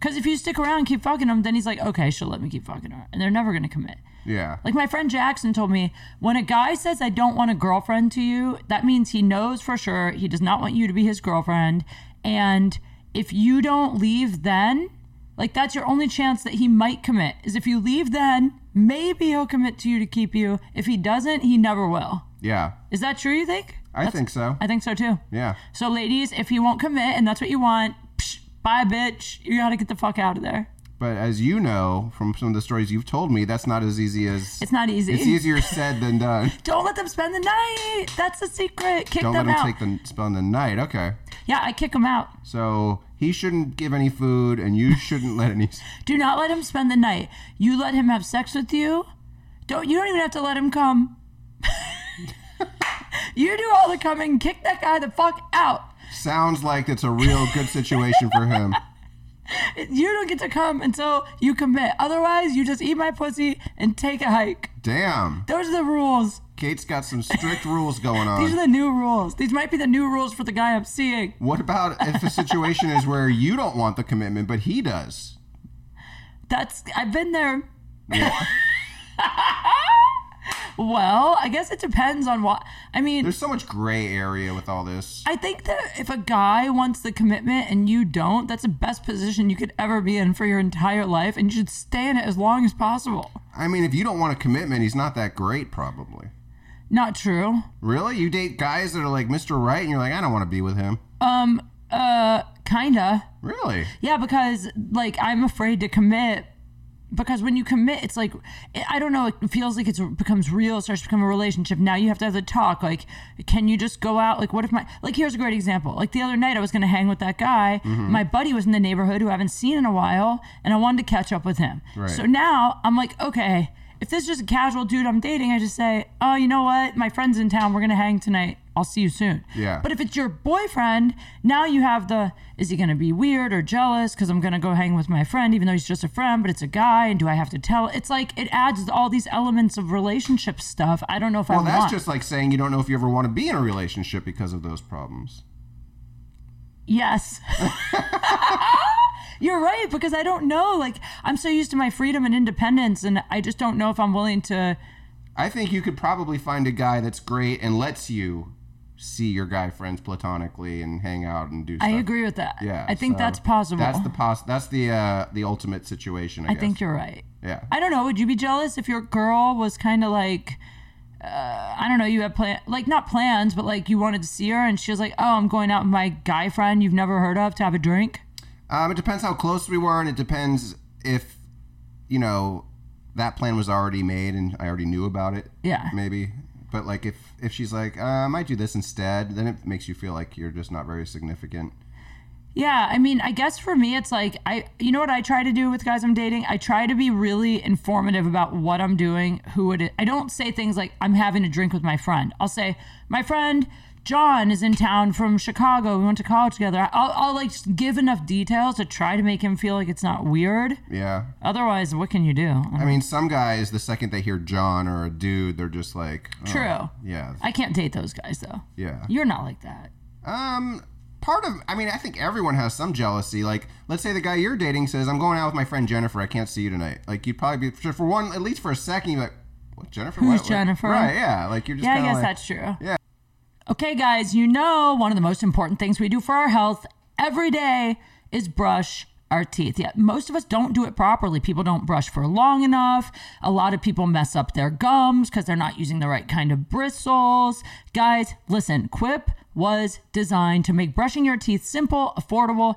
[SPEAKER 1] Because if you stick around and keep fucking him, then he's like, okay, she'll let me keep fucking her. And they're never going to commit.
[SPEAKER 2] Yeah.
[SPEAKER 1] Like my friend Jackson told me, when a guy says, I don't want a girlfriend to you, that means he knows for sure he does not want you to be his girlfriend. And if you don't leave then, Like that's your only chance that he might commit is if you leave then, maybe he'll commit to you to keep you. If he doesn't, he never will.
[SPEAKER 2] Yeah.
[SPEAKER 1] Is that true, you think?
[SPEAKER 2] I
[SPEAKER 1] That's-
[SPEAKER 2] think so.
[SPEAKER 1] I think so too.
[SPEAKER 2] Yeah.
[SPEAKER 1] So ladies, if he won't commit and that's what you want, psh, bye bitch. You gotta get the fuck out of there.
[SPEAKER 2] But as you know from some of the stories you've told me, that's not as easy as
[SPEAKER 1] It's not easy.
[SPEAKER 2] It's easier said than done.
[SPEAKER 1] Don't let them spend the night. That's the secret. Kick
[SPEAKER 2] Don't let
[SPEAKER 1] them
[SPEAKER 2] him
[SPEAKER 1] out.
[SPEAKER 2] take the spend the night. Okay.
[SPEAKER 1] yeah, I kick them out.
[SPEAKER 2] So he shouldn't give any food, and you shouldn't let any.
[SPEAKER 1] Do not let him spend the night. You let him have sex with you. Don't you don't even have to let him come. you do all the coming. Kick that guy the fuck out.
[SPEAKER 2] Sounds like it's a real good situation for him.
[SPEAKER 1] You don't get to come until you commit. Otherwise, you just eat my pussy and take a hike.
[SPEAKER 2] Damn.
[SPEAKER 1] Those are the rules.
[SPEAKER 2] Kate's got some strict rules going
[SPEAKER 1] These are
[SPEAKER 2] on.
[SPEAKER 1] the new rules. These might be the new rules for the guy I'm seeing.
[SPEAKER 2] What about if a situation is where you don't want the commitment, but he does?
[SPEAKER 1] That's I've been there. well, I guess it depends on what. I mean,
[SPEAKER 2] There's so much gray area with all this.
[SPEAKER 1] I think that if a guy wants the commitment and you don't, that's the best position you could ever be in for your entire life, and you should stay in it as long as possible.
[SPEAKER 2] I mean, if you don't want a commitment, he's not that great, probably.
[SPEAKER 1] Not true.
[SPEAKER 2] Really? You date guys that are like Mr. Right, and you're like, I don't want to be with him.
[SPEAKER 1] Uh, kinda.
[SPEAKER 2] Really?
[SPEAKER 1] Yeah, because like I'm afraid to commit. Because when you commit, it's like I don't know. It feels like it's becomes real. It starts to become a relationship. Now you have to have the talk. Like, can you just go out? Like, what if my like? Here's a great example. Like the other night, I was gonna hang with that guy. My buddy was in the neighborhood who I haven't seen in a while, and I wanted to catch up with him.
[SPEAKER 2] Right.
[SPEAKER 1] So now I'm like, okay, if this is just a casual dude I'm dating, I just say, oh, you know what? My friend's in town. We're gonna hang tonight. I'll see you soon.
[SPEAKER 2] Yeah.
[SPEAKER 1] But if it's your boyfriend, now you have the is he going to be weird or jealous because I'm going to go hang with my friend, even though he's just a friend, but it's a guy, and do I have to tell? It's like it adds all these elements of relationship stuff. I don't know if I
[SPEAKER 2] Well,
[SPEAKER 1] want.
[SPEAKER 2] that's just like saying you don't know if you ever want to be in a relationship because of those problems.
[SPEAKER 1] Yes. You're right because I don't know. Like I'm so used to my freedom and independence, and I just don't know if I'm willing to.
[SPEAKER 2] I think you could probably find a guy that's great and lets you see your guy friends platonically and hang out and do stuff.
[SPEAKER 1] I agree with that.
[SPEAKER 2] Uh, Yeah.
[SPEAKER 1] I think
[SPEAKER 2] so
[SPEAKER 1] that's possible.
[SPEAKER 2] That's the pos- that's the uh the ultimate situation, I,
[SPEAKER 1] I
[SPEAKER 2] guess.
[SPEAKER 1] think you're right.
[SPEAKER 2] yeah.
[SPEAKER 1] I don't know. Would you be jealous if your girl was kind of like, uh, I don't know, you had plan like not plans, but like you wanted to see her, and she was like, "Oh, I'm going out with my guy friend you've never heard of to have a drink."
[SPEAKER 2] Um it depends how close we were and it depends if you know that plan was already made and I already knew about it.
[SPEAKER 1] Yeah.
[SPEAKER 2] Maybe. But like if if she's like, uh, I might do this instead, then it makes you feel like you're just not very significant.
[SPEAKER 1] Yeah, I mean, I guess for me, it's like I, you know, what I try to do with guys I'm dating, I try to be really informative about what I'm doing, who it is. I don't say things like I'm having a drink with my friend. I'll say my friend John is in town from Chicago. We went to college together. I'll, I'll like give enough details to try to make him feel like it's not weird.
[SPEAKER 2] Yeah.
[SPEAKER 1] Otherwise, what can you do? Um,
[SPEAKER 2] I mean, some guys, the second they hear John or a dude, they're just like, oh,
[SPEAKER 1] True.
[SPEAKER 2] Yeah,
[SPEAKER 1] I can't date those guys though.
[SPEAKER 2] yeah.
[SPEAKER 1] You're not like that.
[SPEAKER 2] Um, part of, I mean, I think everyone has some jealousy. Like, let's say the guy you're dating says, "I'm going out with my friend Jennifer. I can't see you tonight." Like, you'd probably be for for one, at least for a second, you're like, "What, Jennifer?
[SPEAKER 1] Who's
[SPEAKER 2] What- what?"
[SPEAKER 1] Jennifer?
[SPEAKER 2] Right? Yeah. Like, you're just
[SPEAKER 1] Yeah, I
[SPEAKER 2] kinda
[SPEAKER 1] guess
[SPEAKER 2] like-
[SPEAKER 1] that's true.
[SPEAKER 2] Yeah.
[SPEAKER 1] Okay, guys, you know one of the most important things we do for our health every day is brush our teeth. Yet most of us don't do it properly. People don't brush for long enough. A lot of people mess up their gums because they're not using the right kind of bristles. Guys, listen, Quip was designed to make brushing your teeth simple, affordable,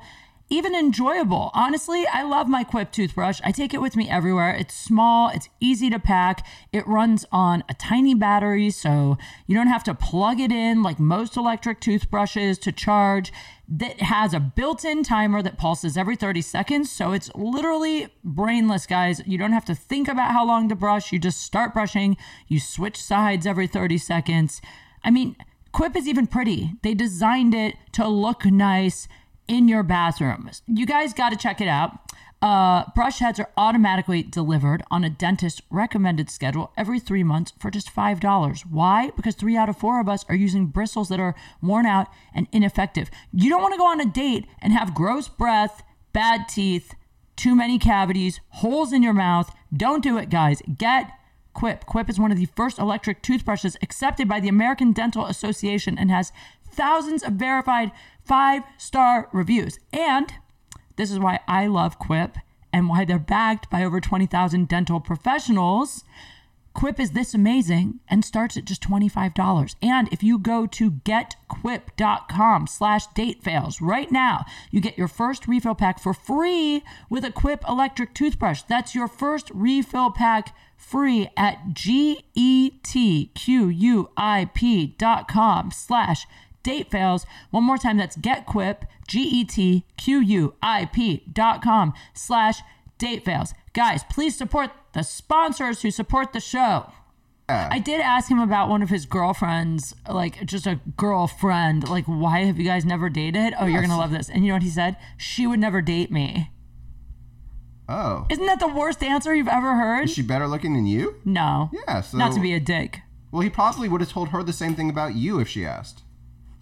[SPEAKER 1] even enjoyable. Honestly, I love my Quip toothbrush. I take it with me everywhere. It's small, it's easy to pack. It runs on a tiny battery, so you don't have to plug it in like most electric toothbrushes to charge. That has a built in timer that pulses every 30 seconds. So it's literally brainless, guys. You don't have to think about how long to brush. You just start brushing, you switch sides every 30 seconds. I mean, Quip is even pretty. They designed it to look nice in your bathroom. You guys got to check it out. Uh, brush heads are automatically delivered on a dentist recommended schedule every three months for just $5. Why? Because three out of four of us are using bristles that are worn out and ineffective. You don't want to go on a date and have gross breath, bad teeth, too many cavities, holes in your mouth. Don't do it, guys. Get Quip. Quip is one of the first electric toothbrushes accepted by the American Dental Association and has thousands of verified five star reviews. And this is why I love Quip. and why they're backed by over 20,000 dental professionals. Quip is this amazing and starts at just $25. And if you go to getquip.com slash datefails right now, you get your first refill pack for free with a Quip electric toothbrush. That's your first refill pack free at E getquip.com slash datefails. One more time, that's getquip, E G-E-T-Q-U-I-P dot com slash datefails. Guys, please support the sponsors who support the show.
[SPEAKER 2] Uh.
[SPEAKER 1] I did ask him about one of his girlfriends, like just a girlfriend, like why have you guys never dated? Oh, you're
[SPEAKER 2] Yes.
[SPEAKER 1] gonna love this. And you know what he said? She would never date me.
[SPEAKER 2] Oh,
[SPEAKER 1] Isn't that the worst answer you've ever heard?
[SPEAKER 2] is she better looking than you?
[SPEAKER 1] no.
[SPEAKER 2] Yeah. So
[SPEAKER 1] Not to be a dick.
[SPEAKER 2] well, he probably would have told her the same thing about you if she asked.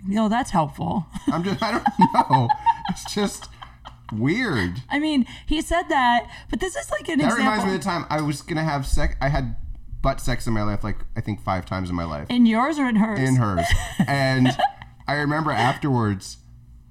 [SPEAKER 1] You know, that's helpful.
[SPEAKER 2] I'm just. I don't know. It's just weird.
[SPEAKER 1] I mean, he said that, but this is like an
[SPEAKER 2] That
[SPEAKER 1] example.
[SPEAKER 2] reminds me of the time I was gonna have sex. I had butt sex in my life, like I think five times in my life.
[SPEAKER 1] in yours or in hers?
[SPEAKER 2] in hers. And I remember afterwards,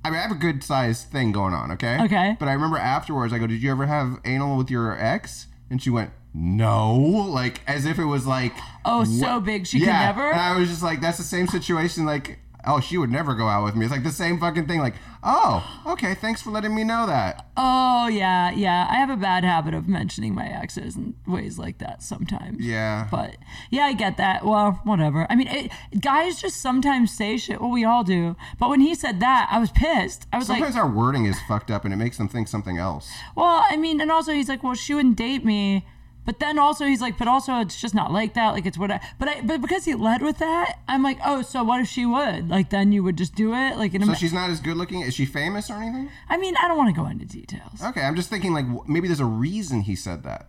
[SPEAKER 2] I mean, I have a good sized thing going on, okay?
[SPEAKER 1] Okay.
[SPEAKER 2] But I remember afterwards, I go, Did you ever have anal with your ex? And she went, No. Like, as if it was like,
[SPEAKER 1] Oh, so big she
[SPEAKER 2] Yeah. uh,
[SPEAKER 1] could never.
[SPEAKER 2] And I was just like, That's the same situation. Like, oh, she would never go out with me. It's like the same fucking thing. Like, oh, okay, thanks for letting me know that.
[SPEAKER 1] oh yeah, yeah. I have a bad habit of mentioning my exes in ways like that sometimes.
[SPEAKER 2] Yeah.
[SPEAKER 1] But yeah, I get that. Well, whatever. I mean, it, guys just sometimes say shit. Well, we all do. But when he said that, I was pissed. I was like,
[SPEAKER 2] Sometimes our wording is fucked up and it makes them think something else.
[SPEAKER 1] well, I mean, and also he's like, well, she wouldn't date me. But then also he's like, but also it's just not like that. Like it's what I. But I. But because he led with that, I'm like, oh, so what if she would? Like then you would just do it. Like in a.
[SPEAKER 2] So she's not as good looking. Is she famous or anything?
[SPEAKER 1] I mean, I don't want to go into details.
[SPEAKER 2] Okay, I'm just thinking like wh- maybe there's a reason he said that.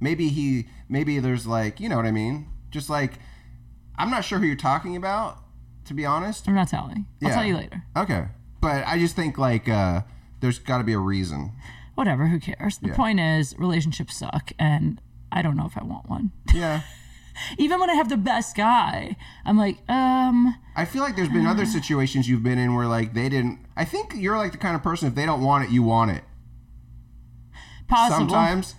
[SPEAKER 2] Maybe he maybe there's like, you know what I mean? Just like I'm not sure who you're talking about to be honest.
[SPEAKER 1] I'm not telling. I'll
[SPEAKER 2] Yeah.
[SPEAKER 1] tell you later.
[SPEAKER 2] Okay. But I just think like uh there's got to be a reason.
[SPEAKER 1] Whatever, who cares? The point is, relationships suck, and I don't know if I want one.
[SPEAKER 2] Yeah.
[SPEAKER 1] Even when I have the best guy, I'm like, um,
[SPEAKER 2] I feel like there's been other situations you've been in where like they didn't I think you're like the kind of person if they don't want it, you want it.
[SPEAKER 1] possible,
[SPEAKER 2] Sometimes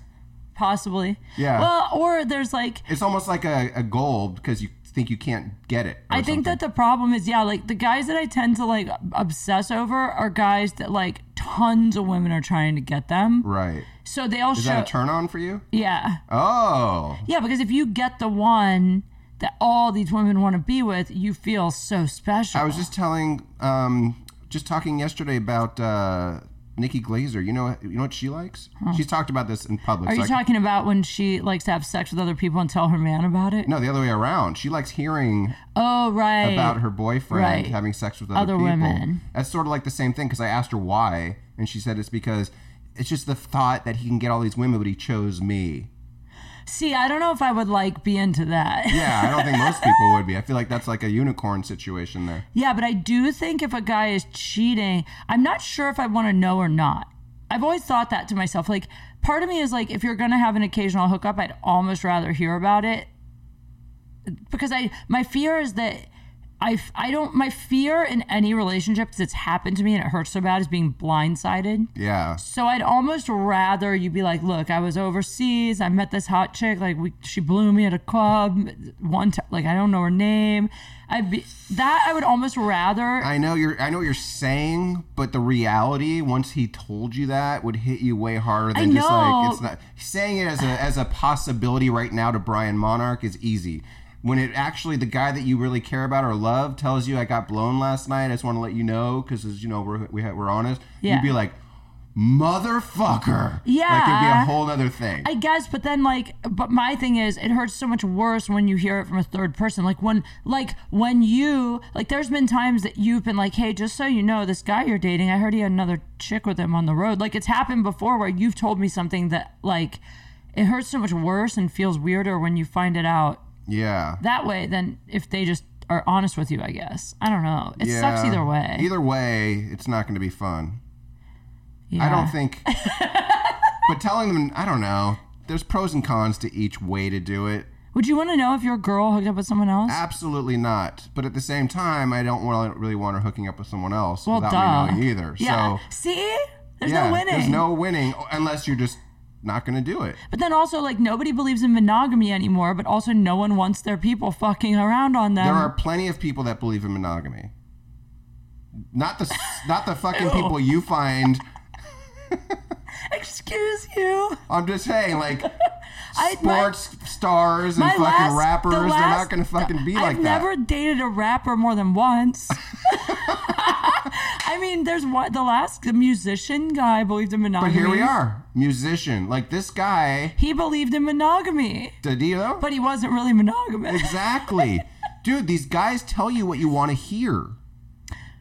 [SPEAKER 1] possibly,
[SPEAKER 2] Yeah.
[SPEAKER 1] Well, or there's like,
[SPEAKER 2] it's almost like a, a goal because you think you can't get it. or
[SPEAKER 1] I think
[SPEAKER 2] something.
[SPEAKER 1] that the problem is, yeah, like the guys that I tend to like obsess over are guys that like tons of women are trying to get them,
[SPEAKER 2] Right.
[SPEAKER 1] so they all
[SPEAKER 2] Is
[SPEAKER 1] show,
[SPEAKER 2] that a turn on for you?
[SPEAKER 1] yeah,
[SPEAKER 2] Oh.
[SPEAKER 1] yeah, because if you get the one that all these women want to be with, you feel so special.
[SPEAKER 2] I was just telling, um, just talking yesterday about uh, Nikki Glazer. You know, you know what she likes? She's talked about this in public.
[SPEAKER 1] Hmm. Are
[SPEAKER 2] so
[SPEAKER 1] you
[SPEAKER 2] I-
[SPEAKER 1] talking about when she likes to have sex with other people and tell her man about it?
[SPEAKER 2] no, the other way around. She likes hearing
[SPEAKER 1] Oh, right.
[SPEAKER 2] about her boyfriend
[SPEAKER 1] Right.
[SPEAKER 2] having sex with other,
[SPEAKER 1] Other
[SPEAKER 2] people.
[SPEAKER 1] women.
[SPEAKER 2] That's sort of like the same thing because I asked her why, and she said it's because it's just the thought that he can get all these women, but he chose me.
[SPEAKER 1] See, I don't know if I would like be into that.
[SPEAKER 2] Yeah, I don't think most people would be. I feel like that's like a unicorn situation there.
[SPEAKER 1] Yeah, but I do think if a guy is cheating, I'm not sure if I want to know or not. I've always thought that to myself. Like, part of me is like, if you're going to have an occasional hookup, I'd almost rather hear about it. Because I, my fear is that I, f- I don't, my fear in any relationship that's happened to me and it hurts so bad is being blindsided.
[SPEAKER 2] Yeah.
[SPEAKER 1] So I'd almost rather you be like, look, I was overseas. I met this hot chick. Like we, she blew me at a club one time. Like I don't know her name. I'd be that. I would almost rather.
[SPEAKER 2] I know you're. I know what you're saying, but the reality once he told you that would hit you way harder than
[SPEAKER 1] I
[SPEAKER 2] just like
[SPEAKER 1] know.
[SPEAKER 2] it's not saying it as a as a possibility right now to Brian Monarch is easy. When it actually the guy that you really care about or love tells you I got blown last night, I just want to let you know because you know we're we ha- we're honest.
[SPEAKER 1] Yeah.
[SPEAKER 2] You'd be like, motherfucker. like it'd be
[SPEAKER 1] Yeah.
[SPEAKER 2] a whole other thing.
[SPEAKER 1] I guess, but then like, but my thing is, it hurts so much worse when you hear it from a third person. Like when, like when you, like, there's been times that you've been like, hey, just so you know, this guy you're dating, I heard he had another chick with him on the road. Like it's happened before where you've told me something that like, it hurts so much worse and feels weirder when you find it out
[SPEAKER 2] yeah.
[SPEAKER 1] that way than if they just are honest with you. I guess I don't know. It
[SPEAKER 2] yeah.
[SPEAKER 1] sucks either way.
[SPEAKER 2] Either way, it's not going to be fun.
[SPEAKER 1] yeah.
[SPEAKER 2] I don't think. but telling them, I don't know. There's pros and cons to each way to do it.
[SPEAKER 1] Would you want to know if your girl hooked up with someone else?
[SPEAKER 2] Absolutely not. But at the same time, I don't want really want her hooking up with someone else
[SPEAKER 1] well,
[SPEAKER 2] without
[SPEAKER 1] duh.
[SPEAKER 2] me knowing either.
[SPEAKER 1] Yeah.
[SPEAKER 2] So
[SPEAKER 1] See, there's
[SPEAKER 2] yeah,
[SPEAKER 1] no winning.
[SPEAKER 2] there's no winning unless you're just not going to do it.
[SPEAKER 1] But then also, like, nobody believes in monogamy anymore, but also no one wants their people fucking around on them.
[SPEAKER 2] There are plenty of people that believe in monogamy. Not the not the fucking people you find.
[SPEAKER 1] Excuse you.
[SPEAKER 2] I'm just saying, like
[SPEAKER 1] I- my-
[SPEAKER 2] sports stars and
[SPEAKER 1] my
[SPEAKER 2] fucking
[SPEAKER 1] last- the
[SPEAKER 2] rappers, they're
[SPEAKER 1] last-
[SPEAKER 2] not going to fucking be like
[SPEAKER 1] I've
[SPEAKER 2] that.
[SPEAKER 1] never dated a rapper more than once. I mean, there's one, the last musician guy believed in
[SPEAKER 2] but
[SPEAKER 1] monogamy.
[SPEAKER 2] here we are, musician. Like this guy,
[SPEAKER 1] He believed in monogamy,
[SPEAKER 2] Dadilo.
[SPEAKER 1] but he wasn't really monogamous.
[SPEAKER 2] exactly, dude. These guys tell you what you want to hear.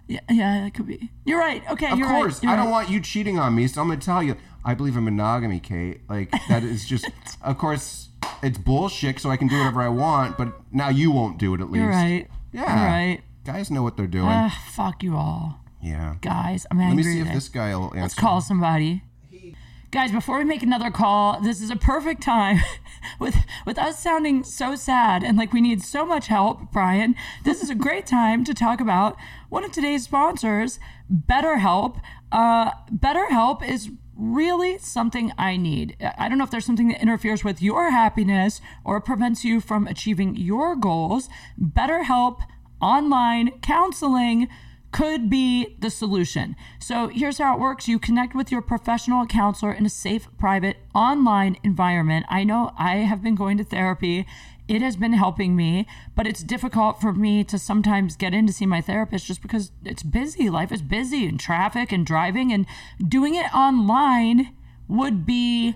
[SPEAKER 1] Yeah, yeah, that could be. You're right. Okay,
[SPEAKER 2] Of
[SPEAKER 1] you're right,
[SPEAKER 2] course,
[SPEAKER 1] you're
[SPEAKER 2] I don't
[SPEAKER 1] right.
[SPEAKER 2] want you cheating on me, so I'm going to tell you. I believe in monogamy, Kate. Like that is just, of course, it's bullshit. So I can do whatever I want, but now you won't do it at least.
[SPEAKER 1] You're right.
[SPEAKER 2] Yeah.
[SPEAKER 1] You're right.
[SPEAKER 2] Guys know what they're doing.
[SPEAKER 1] Ugh, fuck you all,
[SPEAKER 2] yeah.
[SPEAKER 1] guys. I'm
[SPEAKER 2] Let me
[SPEAKER 1] angry.
[SPEAKER 2] see if
[SPEAKER 1] today.
[SPEAKER 2] this guy will answer.
[SPEAKER 1] Let's call somebody. Guys, before we make another call, this is a perfect time with with us sounding so sad and like we need so much help, Brian. This is a great time to talk about one of today's sponsors, BetterHelp. Uh, BetterHelp is really something I need. I don't know if there's something that interferes with your happiness or prevents you from achieving your goals. BetterHelp online counseling could be the solution. So here's how it works you connect with your professional counselor in a safe, private, online environment. I know I have been going to therapy. It has been helping me, but it's difficult for me to sometimes get in to see my therapist just because it's busy. Life is busy and traffic and driving, and doing it online would be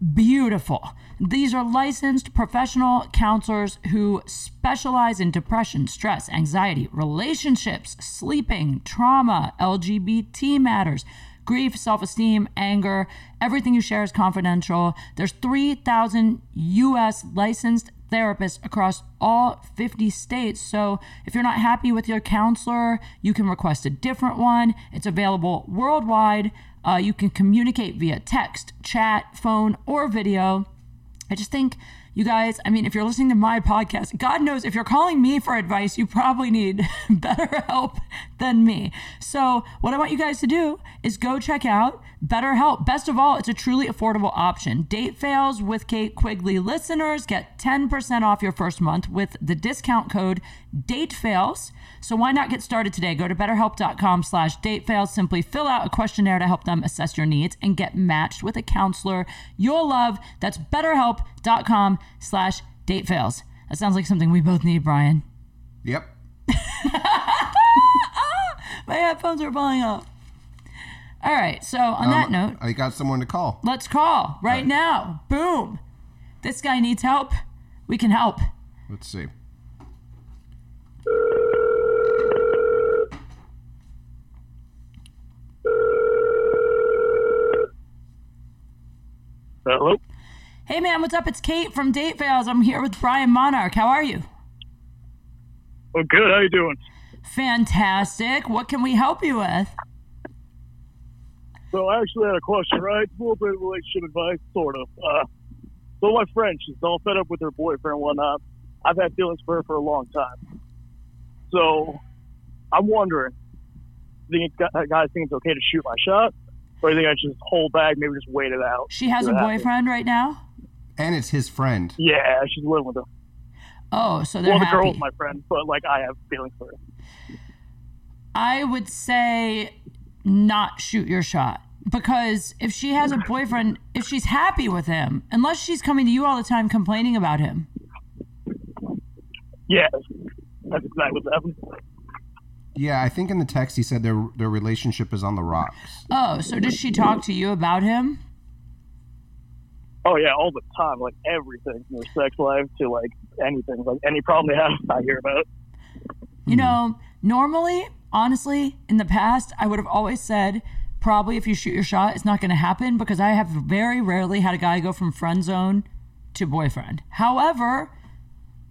[SPEAKER 1] beautiful. These are licensed professional counselors who specialize in depression, stress, anxiety, relationships, sleeping, trauma, LGBT matters. Grief, self esteem, anger, everything you share is confidential. There's 3,000 US licensed therapists across all 50 states. So if you're not happy with your counselor, you can request a different one. It's available worldwide. Uh, you can communicate via text, chat, phone, or video. I just think you guys, I mean, if you're listening to my podcast, God knows if you're calling me for advice, you probably need better help than me. So, what I want you guys to do is go check out BetterHelp. Best of all, it's a truly affordable option. Date fails with Kate Quigley listeners get 10% off your first month with the discount code DATEFAILS. So why not get started today? Go to betterhelp.com slash datefails. Simply fill out a questionnaire to help them assess your needs and get matched with a counselor you'll love. That's betterhelp.com slash datefails. That sounds like something we both need, Brian.
[SPEAKER 2] Yep.
[SPEAKER 1] My headphones are falling off. All right. So on that
[SPEAKER 2] Um,
[SPEAKER 1] note,
[SPEAKER 2] I got someone to call.
[SPEAKER 1] let's call right now. Boom. This guy needs help. We can help.
[SPEAKER 2] Let's see.
[SPEAKER 3] Hello.
[SPEAKER 1] Hey man, what's up? It's Kate from Date Fails. I'm here with Brian Monarch. How are you?
[SPEAKER 3] Well, Oh, good. How you doing?
[SPEAKER 1] Fantastic. What can we help you with?
[SPEAKER 3] So I actually had a question, right? It's a little bit of relationship advice, sort of. Uh, so my friend, she's all fed up with her boyfriend and whatnot. I've had feelings for her for a long time. So I'm wondering, do you think it's- that guys think it's okay to shoot my shot? Or do you think I should just hold back, maybe just wait it out?
[SPEAKER 1] She has
[SPEAKER 3] see
[SPEAKER 1] a
[SPEAKER 3] what happens?
[SPEAKER 1] boyfriend right now.
[SPEAKER 2] And it's his friend.
[SPEAKER 3] Yeah, she's living with him.
[SPEAKER 1] Oh, so they're
[SPEAKER 3] Well, the
[SPEAKER 1] happy.
[SPEAKER 3] girl's my friend, but like I have feelings for her.
[SPEAKER 1] I would say not shoot your shot because if she has a boyfriend, if she's happy with him, unless she's coming to you all the time complaining about him.
[SPEAKER 3] Yeah, that's exactly what happened.
[SPEAKER 2] Yeah, I think in the text he said their their relationship is on the rocks.
[SPEAKER 1] Oh, so does she talk to you about him?
[SPEAKER 3] Oh yeah, all the time, like everything from their sex life to like anything, like any problem they have, I hear about. it.
[SPEAKER 1] You know, normally, honestly, in the past, I would have always said, probably if you shoot your shot, it's not going to happen because I have very rarely had a guy go from friend zone to boyfriend. However,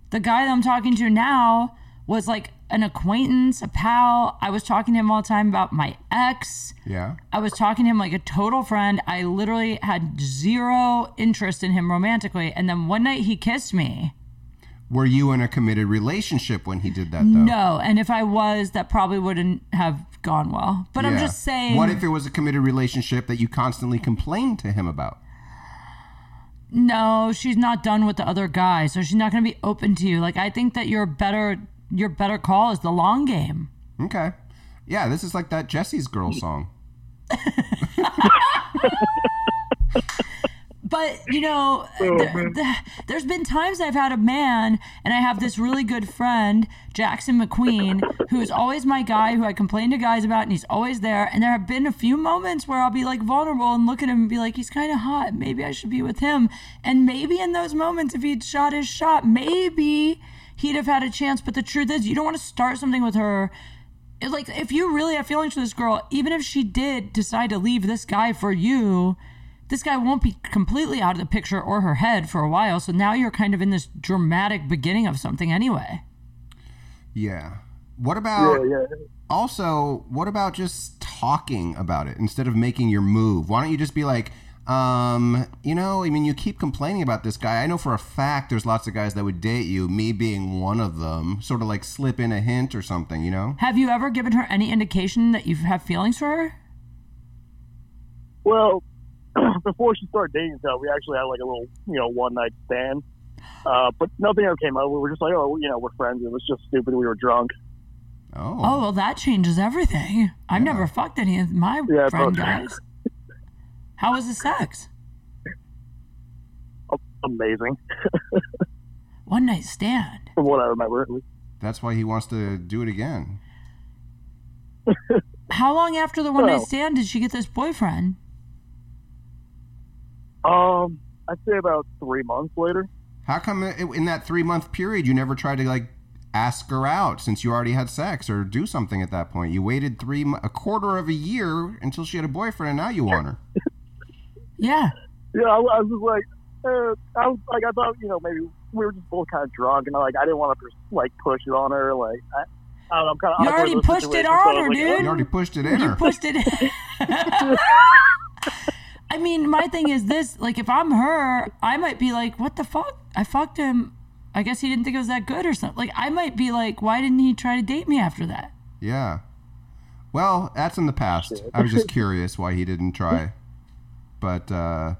[SPEAKER 1] the guy that I'm talking to now was like an acquaintance, a pal. I was talking to him all the time about my ex.
[SPEAKER 2] Yeah.
[SPEAKER 1] I was talking to him like a total friend. I literally had zero interest in him romantically. And then one night he kissed me.
[SPEAKER 2] Were you in a committed relationship when he did that though?
[SPEAKER 1] No, and if I was, that probably wouldn't have gone well. But I'm
[SPEAKER 2] Yeah.
[SPEAKER 1] just saying.
[SPEAKER 2] What if it was a committed relationship that you constantly complained to him about?
[SPEAKER 1] no, she's not done with the other guy, so she's not going to be open to you. Like I think that your better your better call is the long game.
[SPEAKER 2] Okay. Yeah, this is like that Jesse's girl song.
[SPEAKER 1] But you know, there, there, there's been times I've had a man, and I have this really good friend, Jackson McQueen, who's always my guy, who I complain to guys about, and he's always there. And there have been a few moments where I'll be like vulnerable and look at him and be like, he's kind of hot. Maybe I should be with him. And maybe in those moments, if he'd shot his shot, maybe he'd have had a chance. But the truth is, you don't want to start something with her. It- Like, if you really have feelings for this girl, even if she did decide to leave this guy for you, this guy won't be completely out of the picture or her head for a while. So now you're kind of in this dramatic beginning of something anyway.
[SPEAKER 2] Yeah. What about
[SPEAKER 4] yeah,
[SPEAKER 2] also what about just talking about it instead of making your move why don't you just be like um you know i mean you keep complaining about this guy i know for a fact there's lots of guys that would date you me being one of them sort of like slip in a hint or something you know
[SPEAKER 1] Have you ever given her any indication that you have feelings for her?
[SPEAKER 5] Well, before she started dating Sal, we actually had like a little, you know, one night stand. Uh, but nothing ever came up. We were just like, oh, you know, we're friends. It was just stupid. We were drunk.
[SPEAKER 1] Oh,
[SPEAKER 2] oh,
[SPEAKER 1] well, that changes everything. I've never fucked any of my
[SPEAKER 5] Yeah, it's
[SPEAKER 1] friend
[SPEAKER 5] okay.
[SPEAKER 1] guys. How was the sex?
[SPEAKER 5] Amazing,
[SPEAKER 1] One night stand.
[SPEAKER 5] from what I remember. It was-
[SPEAKER 2] that's why he wants to do it again
[SPEAKER 1] How long after the one night
[SPEAKER 5] Oh.
[SPEAKER 1] stand did she get this boyfriend?
[SPEAKER 5] Um, I'd say about three months later.
[SPEAKER 2] how come i- in that three month period you never tried to like ask her out since you already had sex or do something at that point you waited three mo- a quarter of a year until she had a boyfriend and now you want her
[SPEAKER 1] Yeah.
[SPEAKER 5] Yeah, I, I was just like, eh, I was like, I thought, you know, maybe we were just both kind of drunk, and like, I didn't want to like push it on her. Like, I, I don't know, I'm kind of.
[SPEAKER 1] You already pushed it on her, dude.
[SPEAKER 2] you already pushed it in her
[SPEAKER 1] pushed it. I mean, my thing is this: like, if I'm her, I might be like, "What the fuck? I fucked him. I guess he didn't think it was that good or something." Like, I might be like, "Why didn't he try to date me after that?"
[SPEAKER 2] Yeah. Well, that's in the past. I was just curious why he didn't try. But uh,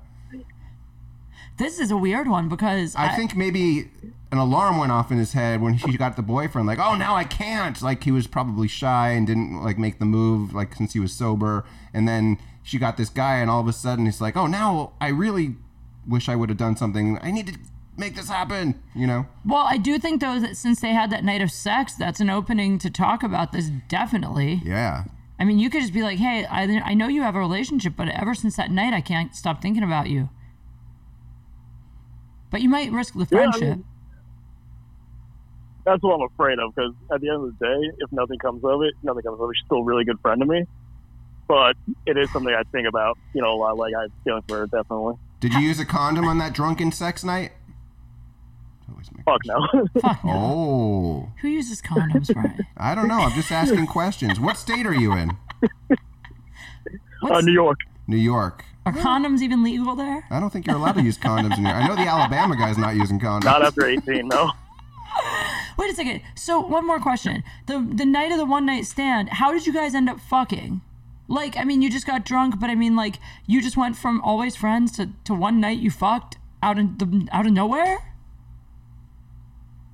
[SPEAKER 1] This is a weird one because
[SPEAKER 2] I think maybe an alarm went off in his head when he got the boyfriend. Like, oh, now I can't. Like he was probably shy and didn't like make the move. Like since he was sober, and then she got this guy, and all of a sudden he's like, oh, now I really wish I would have done something. I need to make this happen. You know?
[SPEAKER 1] Well, I do think though that since they had that night of sex, that's an opening to talk about this. Definitely.
[SPEAKER 2] Yeah.
[SPEAKER 1] I mean, you could just be like, "Hey, I, I know you have a relationship, but ever since that night, I can't stop thinking about you." But you might risk the
[SPEAKER 5] Yeah, I mean-
[SPEAKER 1] friendship.
[SPEAKER 5] That's what I'm afraid of because at the end of the day, if nothing comes of it, nothing comes of it. She's still a really good friend to me, but it is something I think about, you know, a lot. Like I have feelings for her, definitely.
[SPEAKER 2] Did you use a condom on that drunken sex night? Always make-
[SPEAKER 5] Fuck no.
[SPEAKER 1] Fuck no.
[SPEAKER 2] Oh.
[SPEAKER 1] Who uses condoms, Brian?
[SPEAKER 2] I don't know. I'm just asking questions. What state are you in?
[SPEAKER 5] uh,
[SPEAKER 1] What's,
[SPEAKER 5] New York.
[SPEAKER 2] New York.
[SPEAKER 1] are condoms even legal there?
[SPEAKER 2] I don't think you're allowed to use condoms in here. I know the Alabama guy's not using condoms.
[SPEAKER 5] Not after 18, no.
[SPEAKER 1] Wait a second. So one more question: the the night of the one night stand, how did you guys end up fucking? Like, I mean, you just got drunk, but I mean, like, you just went from always friends to, to one night you fucked out of the out of nowhere.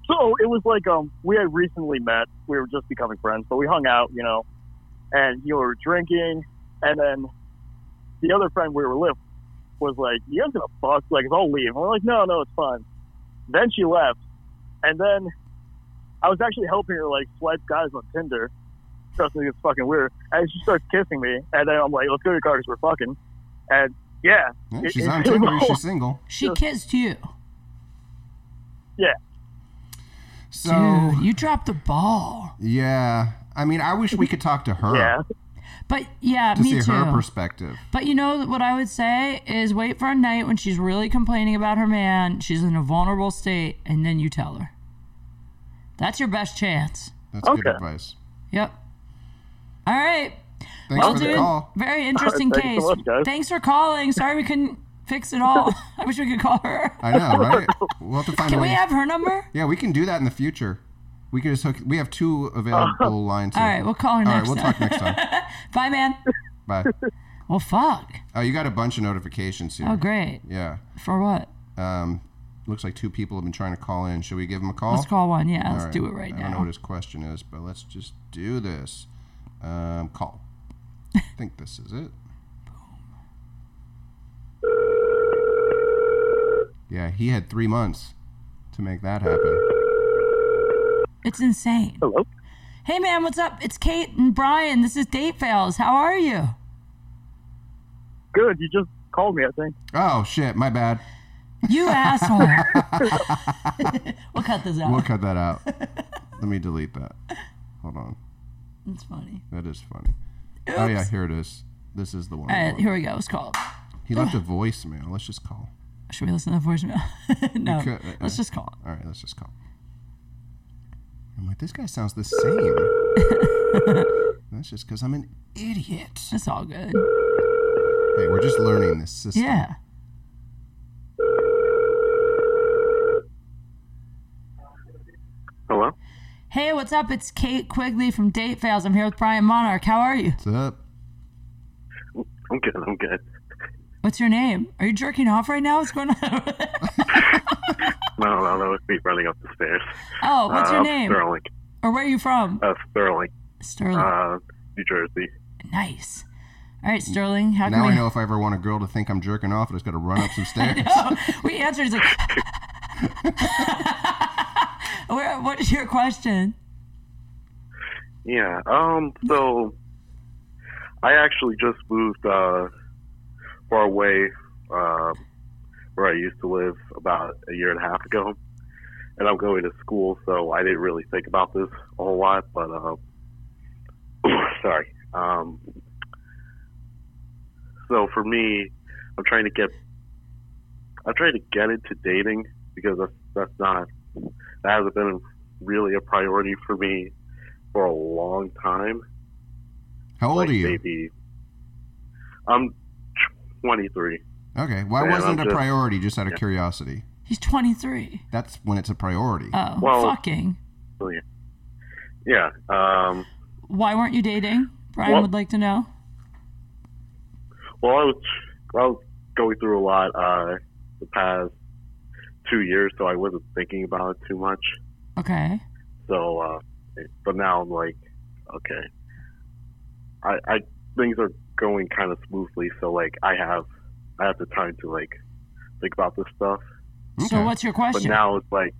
[SPEAKER 5] So it was like um, we had recently met. We were just becoming friends, but we hung out, you know, and you know, we were drinking. And then the other friend we were with was like, "You guys gonna fuck? Like, I'll leave." And we're like, "No, no, it's fine." Then she left, and then I was actually helping her like swipe guys on Tinder. Trust me, it's fucking weird. And she starts kissing me, and then I'm like, "Let's go to your car because we're fucking." And yeah,
[SPEAKER 2] Yeah,
[SPEAKER 5] it-
[SPEAKER 2] she's
[SPEAKER 5] it-
[SPEAKER 2] on
[SPEAKER 5] it was
[SPEAKER 2] Tinder.
[SPEAKER 5] all-
[SPEAKER 2] She's single.
[SPEAKER 1] She kissed you.
[SPEAKER 5] yeah.
[SPEAKER 2] So
[SPEAKER 1] Dude, you dropped the ball.
[SPEAKER 2] yeah, I mean, I wish we could talk to her
[SPEAKER 5] Yeah,
[SPEAKER 1] But yeah,
[SPEAKER 2] to
[SPEAKER 1] me
[SPEAKER 2] see
[SPEAKER 1] too.
[SPEAKER 2] her perspective.
[SPEAKER 1] But you know what I would say is wait for a night when she's really complaining about her man, she's in a vulnerable state, and then you tell her. That's your best chance.
[SPEAKER 2] That's good
[SPEAKER 5] Okay.
[SPEAKER 2] advice.
[SPEAKER 1] Yep. All right.
[SPEAKER 2] Thanks
[SPEAKER 1] well,
[SPEAKER 2] for
[SPEAKER 1] dude,
[SPEAKER 2] the call.
[SPEAKER 1] very interesting
[SPEAKER 5] All
[SPEAKER 1] case.
[SPEAKER 5] right, thanks so much, guys.
[SPEAKER 1] Thanks for calling. Sorry we couldn't fix it all. I wish we could call her.
[SPEAKER 2] I know, right? We'll have to find
[SPEAKER 1] Can
[SPEAKER 2] a
[SPEAKER 1] we
[SPEAKER 2] way.
[SPEAKER 1] have her number?
[SPEAKER 2] yeah, we can do that in the future. We can just hook. We have two available lines.
[SPEAKER 1] All
[SPEAKER 2] here.
[SPEAKER 1] right, we'll call her
[SPEAKER 2] All right,
[SPEAKER 1] next
[SPEAKER 2] we'll
[SPEAKER 1] time.
[SPEAKER 2] talk next time.
[SPEAKER 1] Bye, man.
[SPEAKER 2] Bye.
[SPEAKER 1] Well, fuck.
[SPEAKER 2] Oh, you got a bunch of notifications here.
[SPEAKER 1] Oh, great.
[SPEAKER 2] Yeah.
[SPEAKER 1] For what?
[SPEAKER 2] Um, looks like two people have been trying to call in. Should we give them a call?
[SPEAKER 1] Let's call one. Yeah,
[SPEAKER 2] Oh. All
[SPEAKER 1] let's
[SPEAKER 2] right.
[SPEAKER 1] do it right
[SPEAKER 2] I don't know
[SPEAKER 1] now.
[SPEAKER 2] what his question is, but let's just do this. Um, call. I think this is it. Yeah, he had three months to make that happen.
[SPEAKER 1] It's insane.
[SPEAKER 6] Hello.
[SPEAKER 1] Hey, man, what's up? It's Kate and Brian. This is Date Fails. How are you?
[SPEAKER 6] Good. You just called me. I think.
[SPEAKER 2] Oh shit, my bad.
[SPEAKER 1] You asshole. we'll cut this out.
[SPEAKER 2] We'll cut that out. Let me delete that. Hold on.
[SPEAKER 1] It's funny.
[SPEAKER 2] That is funny. Oh yeah, here it is. This is the one.
[SPEAKER 1] All right, Uh, here we go. It's called.
[SPEAKER 2] he left a voicemail. Let's just call.
[SPEAKER 1] Should we listen to the voicemail? no.
[SPEAKER 2] could- uh,
[SPEAKER 1] Let's just call.
[SPEAKER 2] All right, let's just call. I'm like, this guy sounds the same. That's just because I'm an idiot.
[SPEAKER 1] It's all good.
[SPEAKER 2] Hey, we're just learning this system.
[SPEAKER 1] Yeah.
[SPEAKER 6] Hello.
[SPEAKER 1] Hey, what's up? It's Kate Quigley from Date Fails. I'm here with Brian Monarch. How are you?
[SPEAKER 2] What's up?
[SPEAKER 6] I'm good. I'm good.
[SPEAKER 1] What's your name? Are you jerking off right now? What's going on?
[SPEAKER 6] No, no, that was me running up the stairs.
[SPEAKER 1] oh, what's your
[SPEAKER 6] Uh,
[SPEAKER 1] name? Hmm.
[SPEAKER 6] Sterling.
[SPEAKER 1] Or where are you from?
[SPEAKER 6] Uh, Sterling.
[SPEAKER 1] Sterling.
[SPEAKER 6] Uh, New Jersey.
[SPEAKER 1] nice. All right, Sterling. How can
[SPEAKER 2] Now
[SPEAKER 1] we?
[SPEAKER 2] I know if I ever want a girl to think I'm jerking off, I just got to run up some stairs.
[SPEAKER 1] we answered. He's like, Where, what is your question?
[SPEAKER 6] Yeah. Um. So, I actually just moved uh, far away uh, where I used to live about a year and a half ago, and I'm going to school, so I didn't really think about this a whole lot. But uh, sorry. Um. So for me, I'm trying to get I'm trying to get into dating because that's that's not that hasn't been really a priority for me for a long time.
[SPEAKER 2] How old
[SPEAKER 6] like
[SPEAKER 2] are you?
[SPEAKER 6] Maybe I'm 23.
[SPEAKER 2] Okay. Why
[SPEAKER 6] Man,
[SPEAKER 2] wasn't it
[SPEAKER 6] I'm
[SPEAKER 2] a
[SPEAKER 6] just-
[SPEAKER 2] priority? Just out of curiosity.
[SPEAKER 1] He's 23.
[SPEAKER 2] That's when it's a priority.
[SPEAKER 1] Oh,
[SPEAKER 6] Well-
[SPEAKER 1] fucking.
[SPEAKER 6] Yeah. Um,
[SPEAKER 1] Why weren't you dating? Brian
[SPEAKER 6] Well-
[SPEAKER 1] would like to know.
[SPEAKER 6] well, I was I was going through a lot uh, the past two years, so I wasn't thinking about it too much.
[SPEAKER 1] Okay.
[SPEAKER 6] So, uh, but now I'm like, okay, I, I things are going kind of smoothly, so like I have I have the time to like think about this stuff.
[SPEAKER 1] So
[SPEAKER 2] Okay.
[SPEAKER 1] what's your
[SPEAKER 6] but
[SPEAKER 1] question?
[SPEAKER 6] now it's like